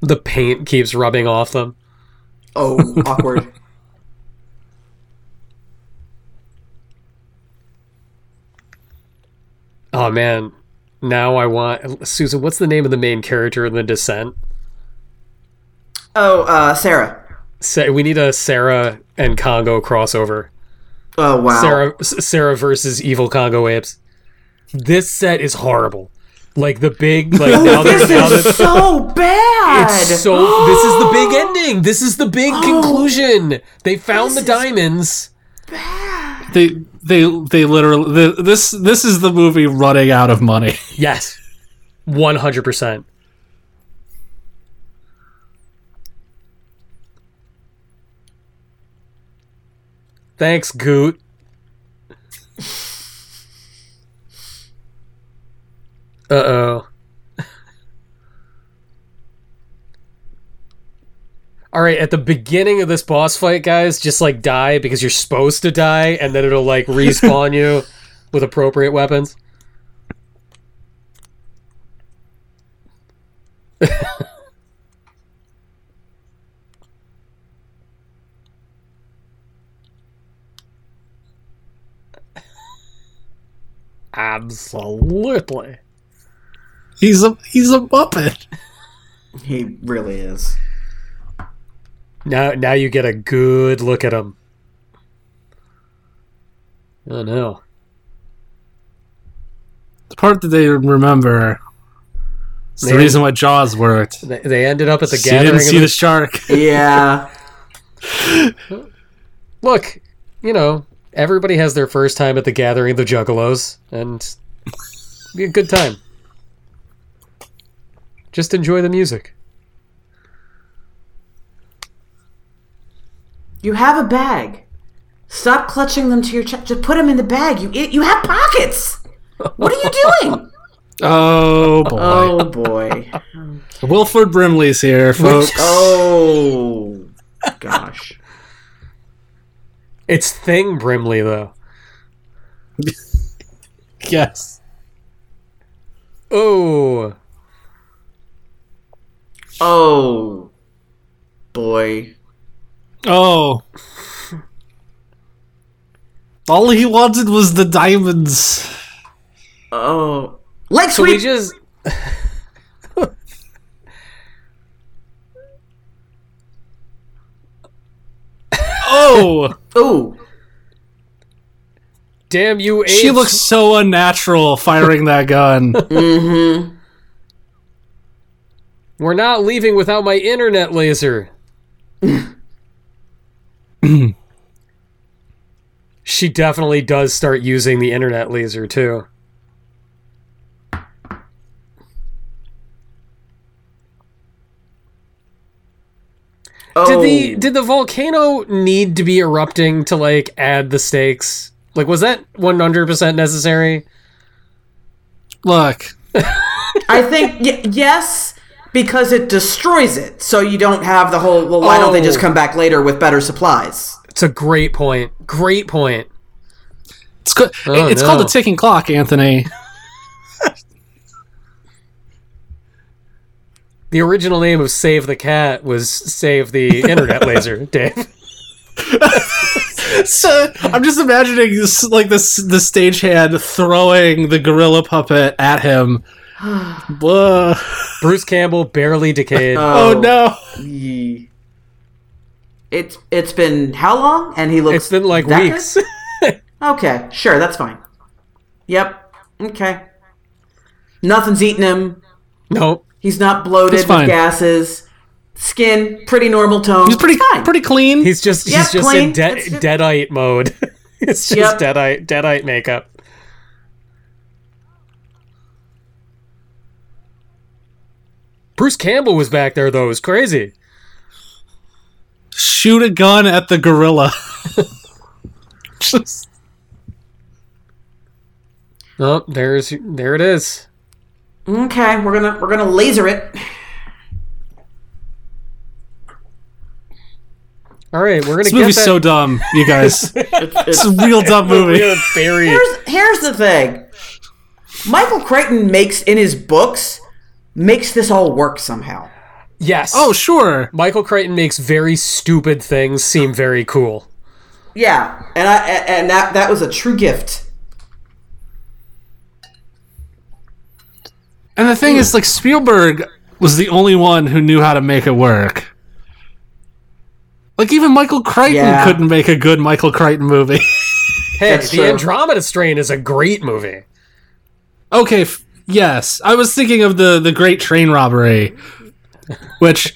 the paint keeps rubbing off them Oh, awkward. Oh man, now I want Susan. What's the name of the main character in The Descent? Oh, uh, Sarah. Sa- we need a Sarah and Congo crossover. Oh, wow. Sarah, S- Sarah versus evil Congo apes. This set is horrible. Like the big, like now that, This now that is so bad. Oh. it's so. This is the big ending. This is the big conclusion. They found the is- diamonds. They they they literally the, this this is the movie running out of money. Yes, one hundred percent. Thanks, Goot. Uh oh. All right, at the beginning of this boss fight, guys, just like die because you're supposed to die, and then it'll like respawn you with appropriate weapons. Absolutely. He's a he's a puppet. He really is. Now, now you get a good look at him. Oh no! The part that they remember. It's the Maybe- reason why Jaws worked. They, they ended up at the So you gathering. didn't Of see the, the shark. Yeah. look, you know, everybody has their first time at the gathering of the Juggalos, and be a good time. Just enjoy the music. You have a bag. Stop clutching them to your chest. Just put them in the bag. You idiot. you have pockets. What are you doing? Oh boy. oh boy. Wilford Brimley's here, folks. Oh gosh. It's Thing Brimley though. yes. Oh, Oh boy. Oh. All he wanted was the diamonds. Oh. Leg so we sweep. just No, Ooh. Damn you, apes. she looks so unnatural firing that gun. Mm-hmm. We're not leaving without my internet laser. she definitely does start using the internet laser too. Oh. Did the did the volcano need to be erupting to like add the stakes? Like was that 100% necessary? Look, I think y- yes, because it destroys it. So you don't have the whole. Well, why don't they just Oh. come back later with better supplies? It's a great point. Great point. it's co- Oh, it's no. called a ticking clock, Anthony. The original name of Save the Cat was Save the Internet Laser, Dave. So I'm just imagining this, like this the stagehand throwing the gorilla puppet at him. Blah. Bruce Campbell barely decayed. Uh, Oh no. ye- It's it's been how long? And he looks. it's been like that good? weeks. Okay, sure, that's fine. Yep. Okay. Nothing's eating him. nope. He's not bloated That's fine. with gases. Skin pretty normal tone. He's pretty It's fine. pretty clean. He's just Yeah, he's just in plain. de- It's just- deadite mode. it's just Yep. deadite deadite makeup. Bruce Campbell was back there though. It was crazy. shoot a gun at the gorilla. Just- Oh, there's there it is. Okay, we're gonna we're gonna laser it. All right, we're gonna this get movie's that. so dumb, you guys. it's a real dumb we're movie. gonna bury it. Here's here's the thing. Michael Crichton makes in his books makes this all work somehow. Yes. Oh sure. Michael Crichton makes very stupid things seem very cool. Yeah, and I a- and that that was a true gift. And the thing is, like Spielberg was the only one who knew how to make it work. Like even Michael Crichton Yeah. couldn't make a good Michael Crichton movie. Hey, That's the true. Andromeda Strain is a great movie. okay, f- yes, I was thinking of the the Great Train Robbery, which,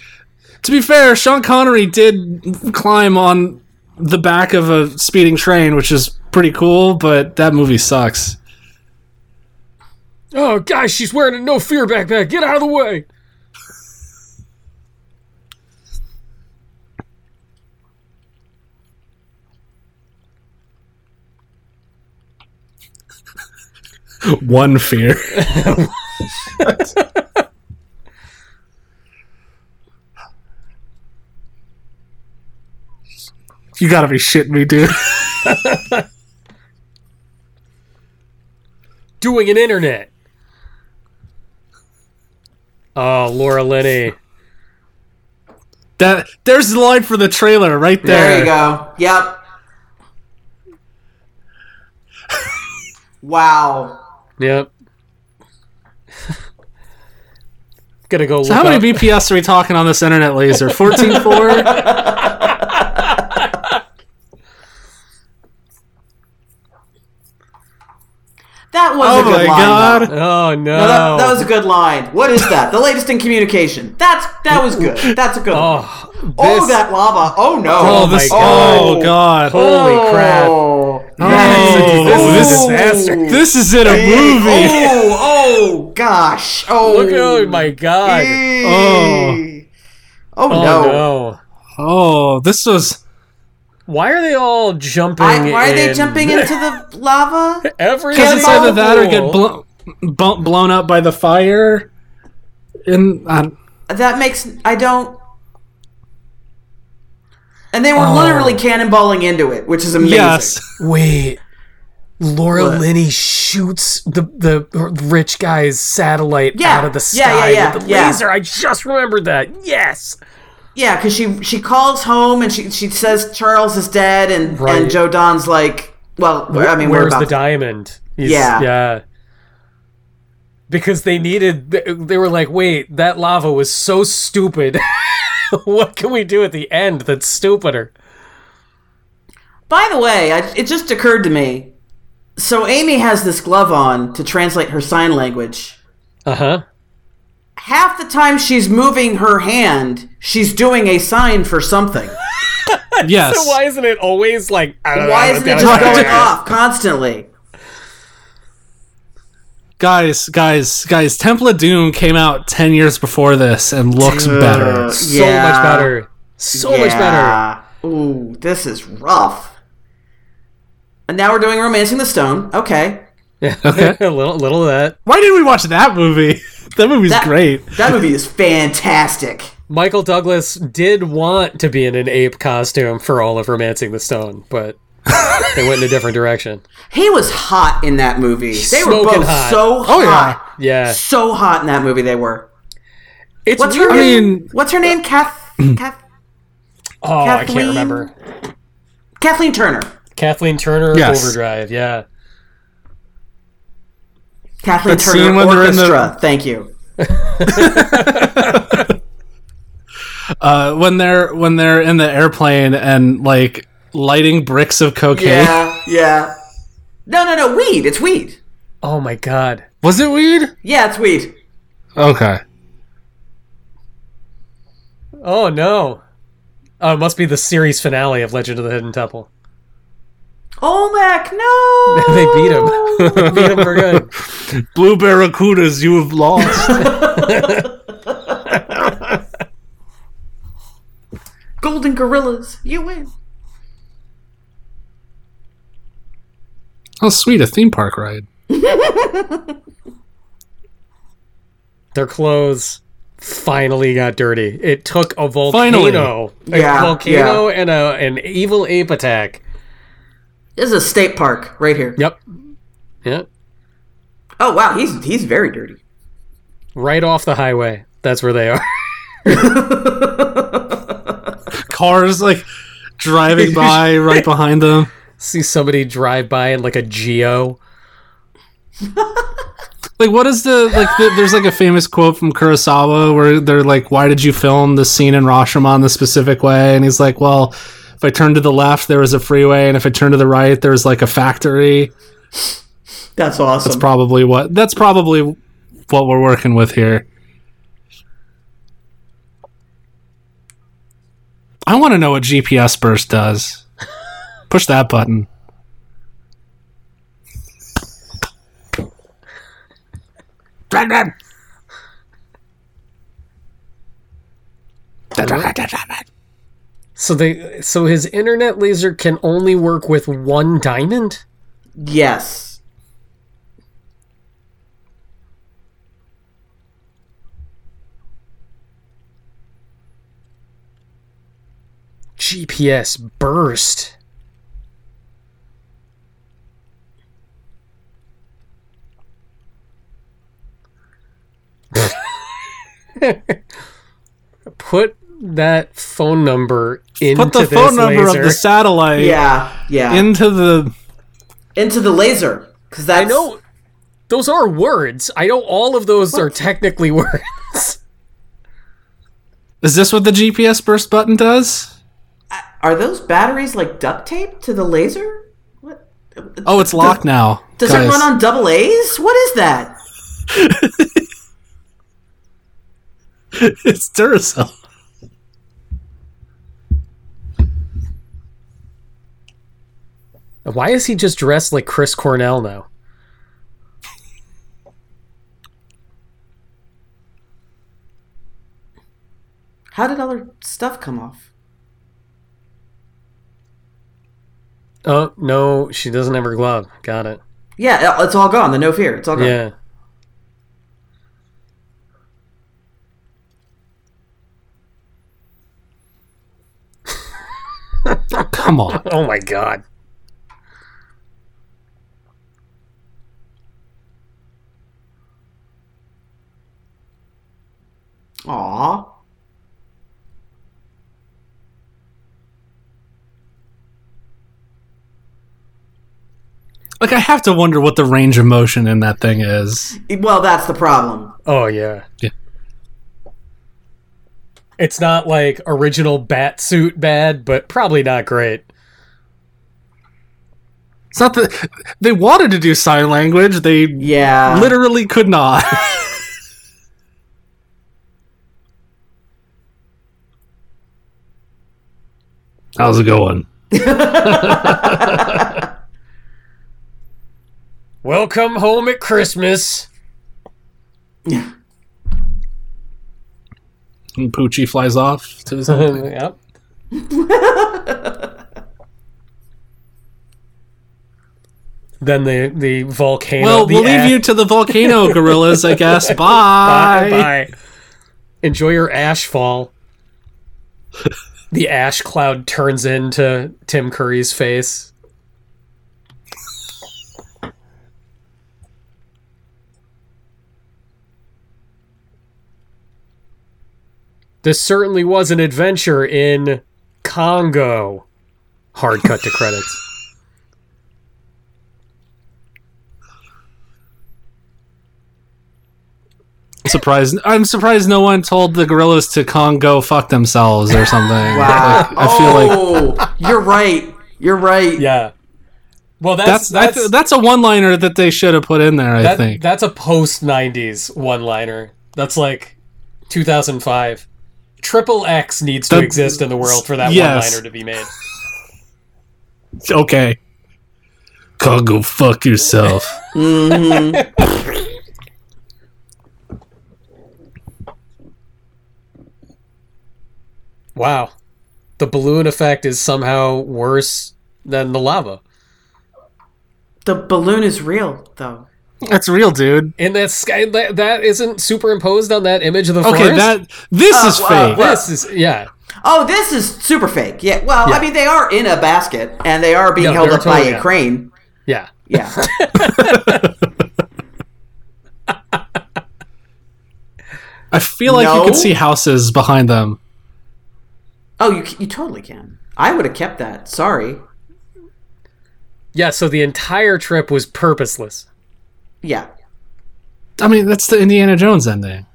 to be fair, Sean Connery did climb on the back of a speeding train, which is pretty cool. But that movie sucks. Oh gosh, she's wearing a no fear backpack. Get out of the way. One fear. you gotta be shitting me, dude. doing an internet. Oh, Laura Linney. That there's the line for the trailer right there. There you go. Yep. wow. Yep. Gonna go look So how many up- BPS are we talking on this internet laser? Fourteen four. That was Oh a my good line. though. god. Oh no. No, that, that was a good line. What is that? The latest in communication. That's that was good. That's a good. one. oh, Oh, this- that lava. Oh no. Oh, my this. God. Oh god. Holy crap. Oh, This is a this is- disaster. This is in a movie. Oh, oh gosh. Oh. Look at oh my god. Oh. Oh, Oh no. no. Oh, this was. Why are they all jumping? I, why are they in- jumping into the lava? Every Because it's either single that or get pool? blown, bu- blown up by the fire. And um, I, That makes I don't. And they were literally Oh. cannonballing into it, which is amazing. yes, Wait. Laura What? Linney shoots the the rich guy's satellite Yeah. out of the Yeah, yeah, sky yeah, with the yeah. laser. I just remembered that. Yes. Yeah, because she she calls home and she she says Charles is dead, and Right. and Joe Don's like, well, I mean, we're Where's about the to- diamond? He's- Yeah. Yeah. Because they needed, th- they were like, wait, that lava was so stupid. what can we do at the end that's stupider? By the way, I, it just occurred to me. So Amy has this glove on to translate her sign language. Uh huh. Half the time she's moving her hand, she's doing a sign for something. Yes. So why isn't it always like? I don't Why know, isn't it down just there? going off constantly? guys, guys, guys, Temple of Doom came out 10 years before this and looks better. So much better. So much better. better. Ooh, this is rough. And now we're doing Romancing the Stone. Okay. Okay. a little, little of that. Why did we watch that movie? That movie's That- great. That movie is fantastic. Michael Douglas did want to be in an ape costume for all of *Romancing the Stone*, but they went in a different direction. He was hot in that movie. they were smoking both hot. Oh, so hot. Yeah, So hot in that movie they were. it's What's her weird. name? mean- What's her uh, name? Kath, Kath, oh, I can't Kathleen- remember. Kathleen Turner. Kathleen Turner Yes. Overdrive. Yeah, Kathleen That Turner scene when they're in the- Orchestra. Thank you. Uh, when they're when they're in the airplane and like lighting bricks of cocaine. Yeah, yeah. No, no, no. Weed. It's weed. Oh my god. Was it weed? Yeah, it's weed. Okay. Oh no. Oh, it must be the series finale of Legend of the Hidden Temple. Olmec, no. they beat him. they beat him for good. Blue barracudas, you have lost. Golden gorillas, you win. oh, sweet, a theme park ride. Their clothes finally got dirty. It took a Finally. volcano, Yeah, a volcano, and a an evil ape attack. This is a state park right here. Yep. Yep. Oh wow, he's he's very dirty. Right off the highway. That's where they are. Cars like driving by right behind them. See somebody drive by in like a geo. Like, what is the like? The, there's like a famous quote from Kurosawa where they're like, "Why did you film the scene in Rashomon the specific way?" And he's like, "Well, if I turned to the left, there was a freeway, and if I turned to the right, there was like a factory. That's awesome. That's probably what. That's probably what we're working with here." I want to know what GPS burst does. Push that button. So they so his internet laser can only work with one diamond? yes. GPS burst. Put that phone number into Put the this phone number laser. of the satellite Yeah, yeah. into the Into the laser, because that's I know those are words. I know all of those are technically words. Is this what the GPS burst button does? Are those batteries like duct tape to the laser? What? Oh, it's locked now. Does it guys. run on double A's? What is that? it's Duracell. Why is he just dressed like Chris Cornell now? How did all their stuff come off? Oh no, she doesn't have her glove. Got it. Yeah, uh, it's all gone. The no fear, it's all gone. Yeah. Come on. Oh my god. Aw. Like I have to wonder what the range of motion in that thing is. Well, that's the problem. Oh yeah. Yeah. It's not like original bat suit bad, but probably not great. It's not that they wanted to do sign language; they Yeah. literally could not. How's it going? Welcome home at Christmas. And Poochie flies off to his yep. then the the volcano. Well, the we'll leave ash- you to the volcano gorillas, I guess. Bye. Bye. Bye. Enjoy your ash fall. the ash cloud turns into Tim Curry's face. This certainly was an adventure in Congo. Hard cut to credits. Surprised. I'm surprised no one told the gorillas to Congo fuck themselves or something. Wow. Like, I feel like oh, you're right. You're right. Yeah. Well, that's that's that's, a one-liner that they should have put in there. I Oh, That- think. that's a post 90s one liner. That's like 2005. Triple X needs to That- exist in the world for that yes. one liner to be made. okay. Congo fuck yourself. Mm-hmm. Wow. The balloon effect is somehow worse than the lava. The balloon is real, though. that's real, dude. And that sky that, that isn't superimposed on that image of the Okay, forest. that this is wow, fake. wow. this is yeah. Oh, this is super fake. Yeah. Well, Yeah. I mean, they are in a basket and they are being No, held they're up totally by a out. crane. Yeah. Yeah. I feel like you No. can see houses behind them. oh, you c- you totally can. I would have kept that. Sorry. Yeah, so the entire trip was purposeless. Yeah. I mean, that's the Indiana Jones ending.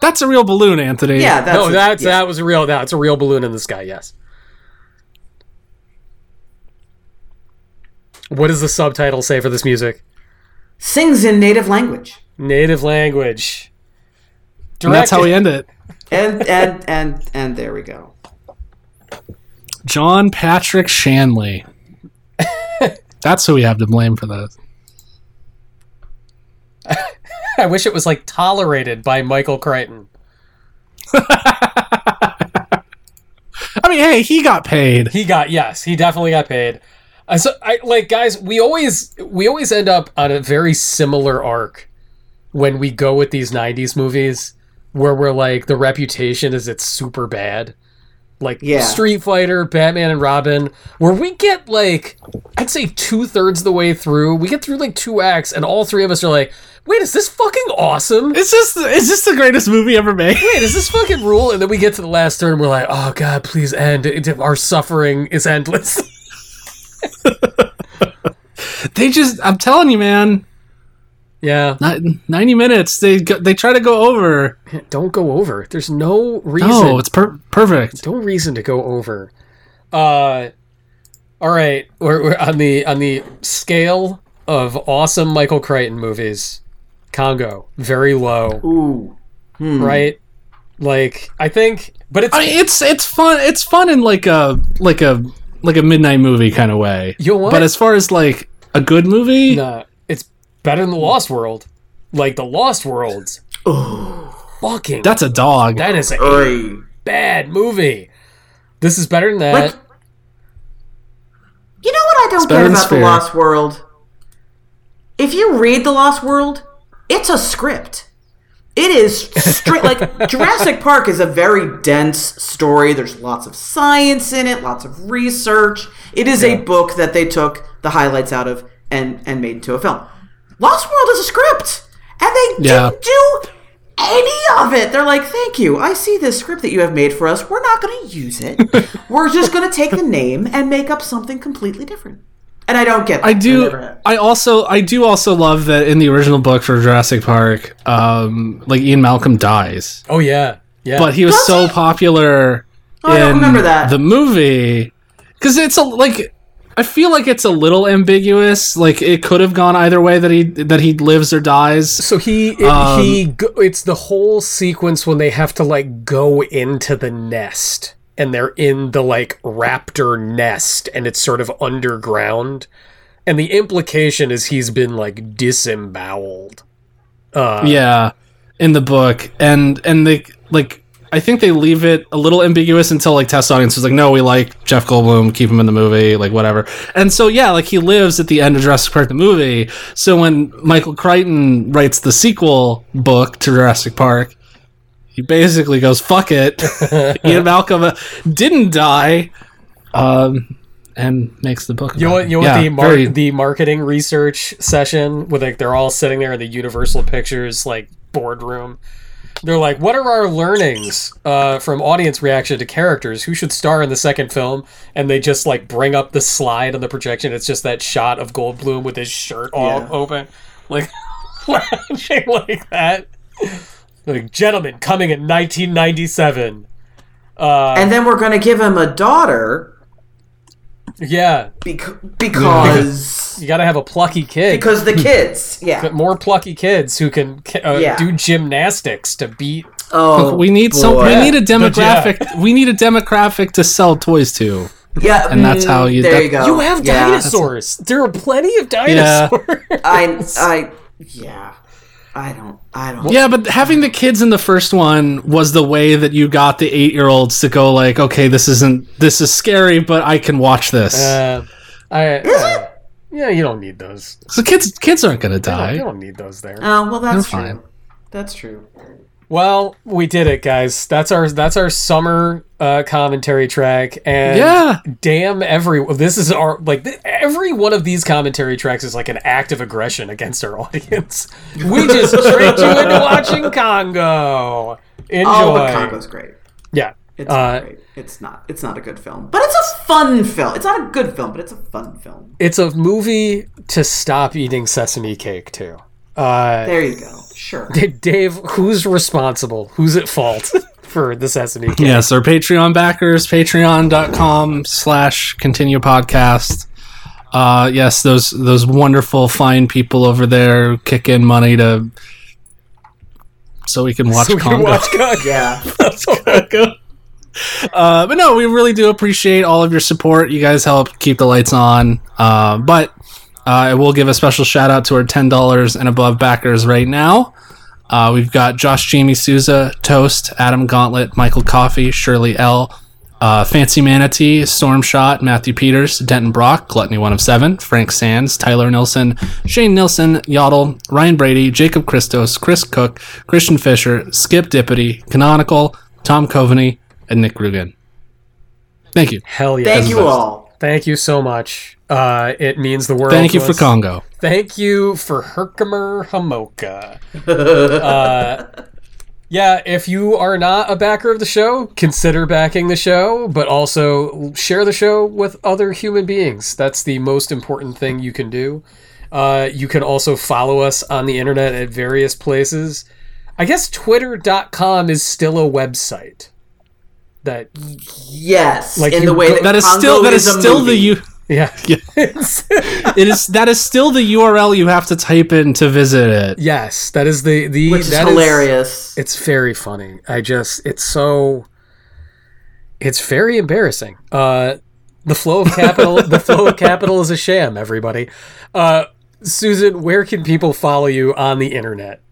That's a real balloon, Anthony. Yeah. That's no, that's yeah. that was a real that's a real balloon in the sky, yes. What does the subtitle say for this music? sings in native language. Native language. And that's how we Directed- end it. And and and and there we go. John Patrick Shanley. That's who we have to blame for this. I wish it was like tolerated by Michael Crichton. I mean, hey, he got paid. He got yes, he definitely got paid. I so I like guys, we always we always end up on a very similar arc when we go with these 90s movies where we're like the reputation is it's super bad. Like Yeah. Street Fighter, Batman and Robin, where we get like I'd say two thirds the way through, we get through like two acts, and all three of us are like, "Wait, is this fucking awesome? Is this is this the greatest movie ever made? wait, is this fucking rule? And then we get to the last turn, we're like, oh god, please end. It- it- Our suffering is endless. They just I'm telling you, man. yeah, ni- 90 minutes. They go, they try to go over. don't go over. There's no reason. No, it's per- perfect. no reason to go over. Uh, all right, we're, we're on the on the scale of awesome Michael Crichton movies. Congo, very low, Ooh. right? Like I think, but it's I mean, it's it's fun. It's fun in like a like a like a midnight movie kind of way. You know what? But as far as like a good movie, Nah, it's better than the Lost World. Like the Lost Worlds. Oh. Fucking that's a dog. that is a Oy. bad movie. This is better than that. Like, you know what I don't better get than about Sphere. the Lost World? If you read the Lost World, it's a script. It is straight like Jurassic Park is a very dense story. There's lots of science in it, lots of research. It is a book that they took the highlights out of and and made into a film. Lost World is a script, and they Yeah. didn't do any of it. They're like, "Thank you. I see this script that you have made for us. We're not going to use it. We're just going to take the name and make up something completely different." And I don't get. That. I do. never have. I also I do also love that in the original book for Jurassic Park, um, like Ian Malcolm dies, oh yeah, yeah. but he was Does so he? Oh, popular I don't in remember that. the movie because it's a like I feel like it's a little ambiguous. Like it could have gone either way that he that he lives or dies. So he it, he go, it's the whole sequence when they have to like go into the nest and they're in the like raptor nest and it's sort of underground and the implication is he's been like disemboweled. yeah, in the book, and and they like I think they leave it a little ambiguous until like test audience was like, no, we like Jeff Goldblum, keep him in the movie, like whatever. And so yeah, like he lives at the end of Jurassic Park the movie. So when Michael Crichton writes the sequel book to Jurassic Park. He basically goes, "Fuck it." Ian Malcolm uh, didn't die, um, and makes the book. You about want it. you want Yeah, the mar- very- the marketing research session with like they're all sitting there in the Universal Pictures like boardroom. They're like, what are our learnings uh, from audience reaction to characters? Who should star in the second film? And they just like bring up the slide on the projection. It's just that shot of Goldblum with his shirt all Yeah. open, like lounging like that. Like, gentlemen, coming in 1997. Uh, and then we're gonna give him a daughter yeah, bec- because you got to have a plucky kid. because the kids. Yeah. But more plucky kids who can uh, Yeah. do gymnastics to beat. Oh, we need some. boy. We need a But yeah. demographic. We need a demographic to sell toys to. Yeah, and that's mm, how you- There that- you go. You have Yeah. dinosaurs. There are plenty of Yeah. dinosaurs. I, I, yeah. I don't. I don't. Yeah, but having the kids in the first one was the way that you got the eight-year-olds to go like, okay, this isn't this is scary, but I can watch this. Uh, I, uh, yeah, you don't need those. so kids, kids aren't gonna You don't, die. you don't need those there. Oh well, that's They're true. fine. That's true. Well, we did it, guys. That's our that's our summer uh, commentary track, and Yeah. damn every this is our like th- every one of these commentary tracks is like an act of aggression against our audience. We just tricked you into watching Congo. Enjoy. Oh, but Congo's great. Yeah. It's Uh, great. It's not. It's not a good film, but it's a fun film. It's not a good film, but it's a fun film. It's a movie to stop eating sesame cake too. Uh, There you go. Sure. Dave, who's responsible? Who's at fault for the sesame cake? Yes, our Patreon backers, patreon.com slash continue podcast. Uh, yes, those those wonderful fine people over there kick in money to so we can watch So we can Congo. watch Congo. Yeah. Uh, but no, we really do appreciate all of your support. You guys help keep the lights on. Uh, but uh, I will give a special shout out to our ten dollars and above backers right now. Uh, we've got Josh, Jamie, Souza, Toast, Adam Gauntlet, Michael Coffey, Shirley L, uh, Fancy Manatee, Stormshot, Matthew Peters, Denton Brock, Gluttony One of Seven, Frank Sands, Tyler Nilson, Shane Nilson, Yodel, Ryan Brady, Jacob Christos, Chris Cook, Christian Fisher, Skip Dippity, Canonical, Tom Coveney, and Nick Rugen. Thank you. Hell yeah! Thank you all. Thank you so much. Uh, it means the world. Thank you to for us. Congo. Thank you for Herkimer Hamoka. uh, yeah, if you are not a backer of the show, consider backing the show, but also share the show with other human beings. That's the most important thing you can do. Uh, you can also follow us on the internet at various places. I guess twitter.com is still a website. That Yes. Like in you the way go- that That is Congo still that is is, a still the movie. U. yeah. It is that is still the URL you have to type in to visit it. yes, that is the the which is that hilarious. It's very funny. I just it's so it's very embarrassing. Uh the flow of capital the flow of capital is a sham, everybody. Uh Susan, where can people follow you on the internet?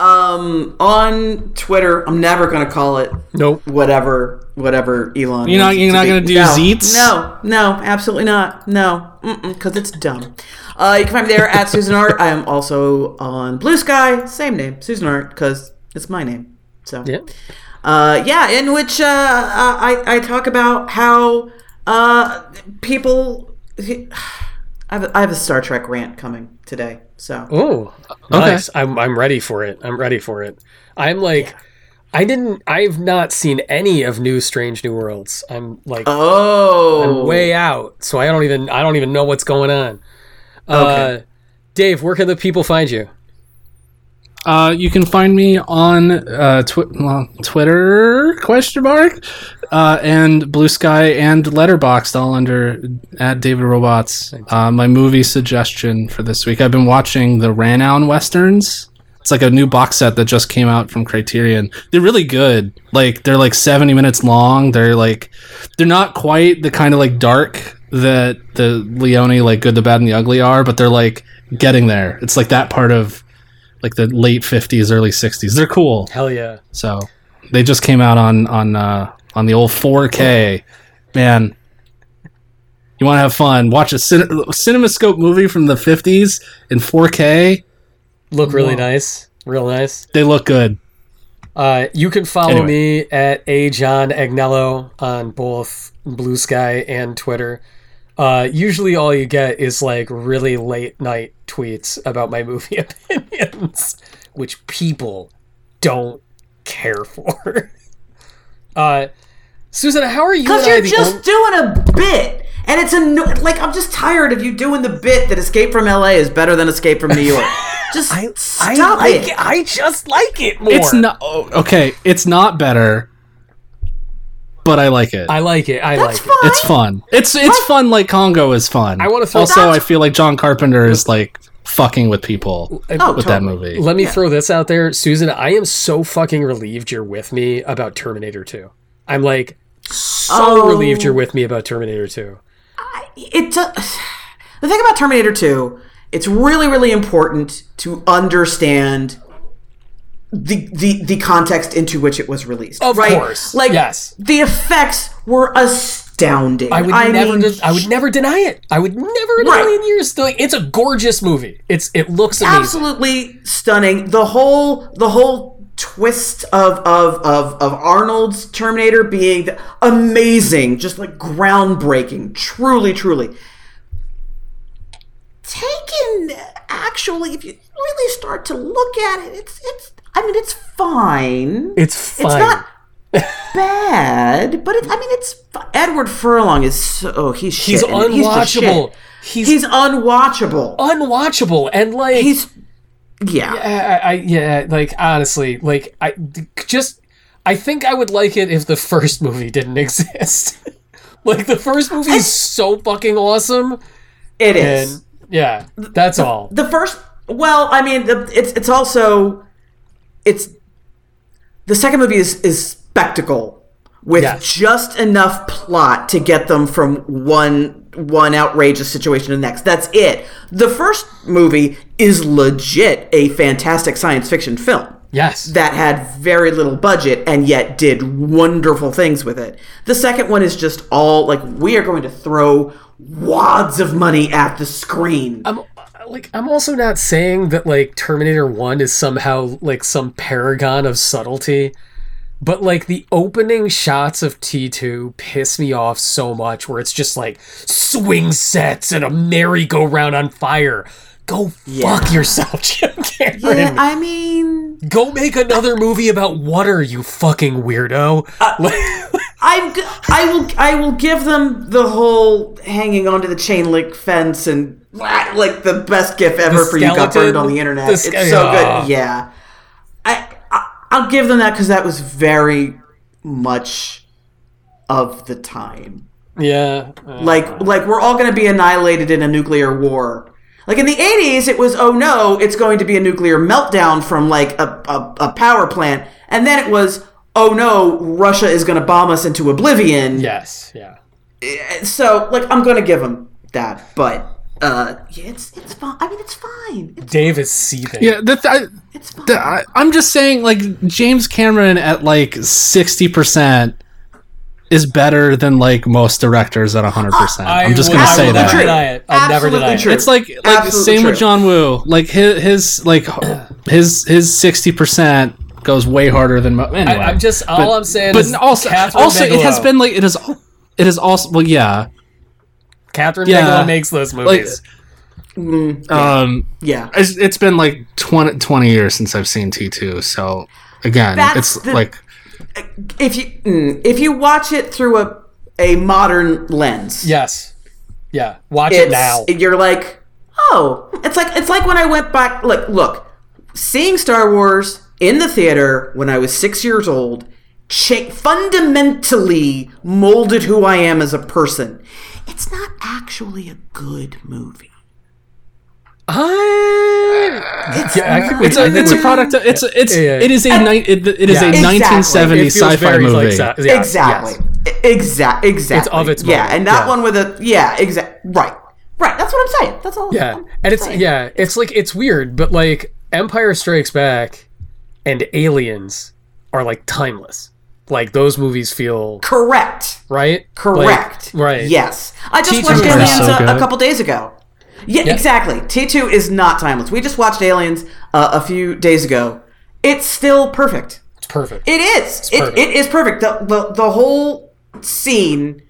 um, on Twitter, I'm never gonna call it Nope. whatever whatever Elon. You're not- wants it you're to not be. gonna do no, Zeets? No, no, absolutely not. No, because it's dumb. Uh, you can find me there at Susan Art. I am also on Blue Sky, same name, Susan Art, because it's my name. So Yeah. uh, yeah, in which uh, I, I talk about how uh, people. I have, I have a Star Trek rant coming today, so Oh, nice. I'm I'm ready for it. I'm ready for it. I'm like I didn't I've not seen any of new Strange New Worlds. I'm like oh, way out. So I don't even I don't even know what's going on. Uh Dave, where can the people find you? Uh, you can find me on uh, twi- well, Twitter question mark uh, and Blue Sky and Letterboxd all under at David Robots. Uh, my movie suggestion for this week: I've been watching the Ranown westerns. It's like a new box set that just came out from Criterion. They're really good. Like they're like seventy minutes long. They're like they're not quite the kind of like dark that the Leone like Good, the Bad, and the Ugly are, but they're like getting there. It's like that part of like the late fifties, early sixties. They're cool. Hell yeah. So they just came out on on uh, on the old 4K. Man, you want to have fun? Watch a cin- CinemaScope movie from the 50s in 4K. Look really nice. Real nice. They look good. Uh, you can follow Anyway. me at a John Agnello on both Blue Sky and Twitter. Uh, usually, all you get is like really late night tweets about my movie opinions, which people don't care for. Uh, Susan, how are you? Because and I you're the just only- doing a bit. And it's anno like I'm just tired of you doing the bit that Escape from LA is better than Escape from New York. Just I stop like it. it. I just like it more. It's not oh, okay. It's not better, but I like it. I like it. I like That's fine. it. it's fun. It's it's fun. Like Congo is fun. I wanna throw- also. That's- I feel like John Carpenter is like fucking with people Oh, with that totally. movie. Let me throw this out there, Susan. I am so fucking relieved you're with me about Terminator 2. I'm like so Oh. relieved you're with me about Terminator 2. It does. The thing about Terminator 2, it's really, really important to understand the the, the context into which it was released. Of right? course, Like yes. the effects were astounding. I would never mean, de- I would never deny it. I would never in a Right. million years like it's a gorgeous movie. It's it looks amazing. absolutely stunning. The whole the whole twist of of of of Arnold's Terminator being the- amazing, just like groundbreaking, truly, truly. Taken actually, if you really start to look at it, it's it's. I mean, it's fine. It's fine. It's not bad, but it, I mean, it's fi- Edward Furlong is so oh, he's He's shit in it. just shit. unwatchable. Oh. He's, He's unwatchable. unwatchable and like He's yeah. I, I, I yeah, like honestly, like I d- just I think I would like it if the first movie didn't exist. like the first movie is so fucking awesome, It is and yeah, that's all. the first. Well, I mean, the, it's it's also it's the second movie is is spectacle with Yes. just enough plot to get them from one one outrageous situation to the next. That's it. The first movie is legit a fantastic science fiction film Yes, that had very little budget and yet did wonderful things with it. The second one is just all like we are going to throw wads of money at the screen. I'm like I'm also not saying that like Terminator 1 is somehow like some paragon of subtlety, but like the opening shots of T2 piss me off so much where it's just like swing sets and a merry-go-round on fire. Go fuck yourself, Jim Cameron. Yeah, I mean, Go make another movie about water, you fucking weirdo. Uh, I'm g- I will I will give them the whole hanging onto the chain link fence and ah, like the best gif ever The for you got skeleton, burned on the internet. the it's ske- so Ah. good. Yeah, I, I I'll give them that because that was very much of the time. yeah. uh, Like like we're all going to be annihilated in a nuclear war. Like in the 80s, it was oh no, it's going to be a nuclear meltdown from like a, a, a power plant, and then it was oh no, Russia is going to bomb us into oblivion. yes, yeah. So like I'm going to give them that, but uh, yeah, it's it's fine. I mean, it's fine. It's, Dave is seething. yeah, that I, it's fine. Th- I, I'm just saying, like James Cameron at like sixty percent is better than like most directors at hundred percent. I'm just will gonna never say that. Absolutely true. deny it. I'll never Absolutely deny it. true. It's like like Absolutely same true. with John Woo. Like his his like his his sixty percent goes way harder than mo- anyway. I, am just all I'm saying but is also Catherine also it has Bigelow. been like it is it is also well yeah Catherine Yeah. Bigelow makes those like movies. um Mm, yeah. it's, it's been like 20, 20 years since I've seen T two so again That's it's the- like If you mm, if you watch it through a a modern lens, yes. Yeah. Watch it it's now. you're like oh it's like it's like when i went back look look seeing star wars in the theater when i was six years old cha- fundamentally molded who I am as a person. It's not actually a good movie. I, Uh, yeah, I think we, It's a, I think it's a we- product. Of, it's a, it's Yeah, yeah, yeah. it is a ni- it, it is Yeah. a Exactly. nineteen It seventy feels sci fi very, movie. like, sa- yeah, exactly. yes. Exactly. Exactly. It's of its Yeah, moment, and that yeah. one with a yeah, exact right. Right. That's what I'm saying. That's all. Yeah, I'm and it's saying. yeah, it's like it's weird, but like Empire Strikes Back and Aliens are like timeless. Like those movies feel Correct. right. Correct. Like, right. Yes. I just T2 watched is Aliens uh, so a, a good. couple days ago. Yeah, exactly. T2 is not timeless. We just watched Aliens uh, a few days ago. It's still perfect. It's perfect. It is. It, perfect. it is perfect. The, the the whole scene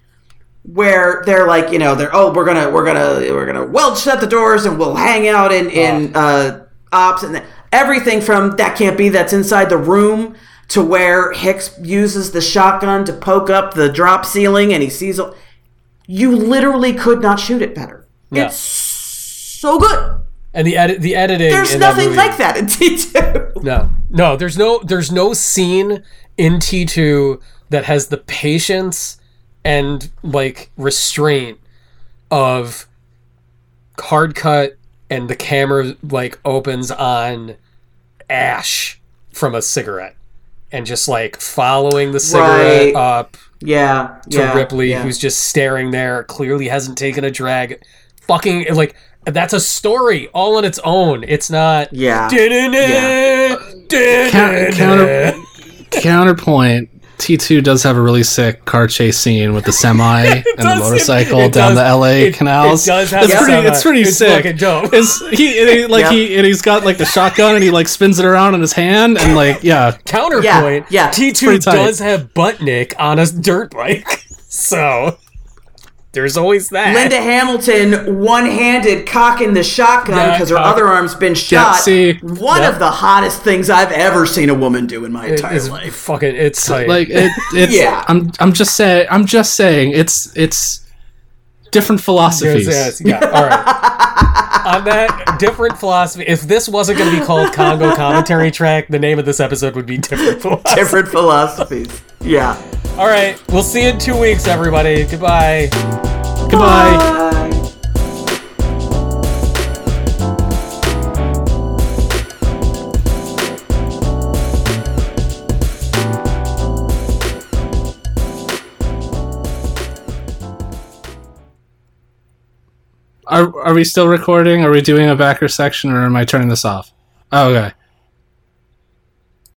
where they're like, you know, they're oh, we're gonna we're gonna we're gonna weld shut the doors and we'll hang out in in uh, ops and everything from that can't be that's inside the room to where Hicks uses the shotgun to poke up the drop ceiling and he sees. a- You literally could not shoot it better. Yeah. It's so good. and the edit, the editing. There's in nothing that movie, like that in T two. No, no. There's no. There's no scene in T two that has the patience and like restraint of hard cut and the camera like opens on ash from a cigarette and just like following the cigarette Right. up Yeah. to yeah, Ripley, yeah. who's just staring there, clearly hasn't taken a drag. Fucking like that's a story all on its own. It's not. yeah. Yeah. Coun- counter- counterpoint. T two does have a really sick car chase scene with the semi and the does. motorcycle It down does. the L.A. It- canals. it does have it's a pretty. semi. It's pretty It's sick. fucking dope. It's he, and he- like Yeah. he and he's got like the shotgun and he like spins it around in his hand and like yeah Counterpoint. Yeah, yeah. T two Pretty tight. does have Buttnick on a dirt bike, so there's always that. Linda Hamilton one-handed cocking the shotgun Yeah, because her cock- other arm's been shot. see, one yeah. of the hottest things I've ever seen a woman do in my It entire is life. fucking. It's tight. like it. It's, Yeah. I'm. I'm just saying. I'm just saying. It's. It's different philosophies. Yes, yes, yeah. All right. On that different philosophy, if this wasn't going to be called Congo commentary track, the name of this episode would be different philosophy. Different philosophies. Yeah. All right, we'll see you in two weeks, everybody. Goodbye. Goodbye. Bye. Are Are we still recording? Are we doing a backer section, or am I turning this off? Oh, okay.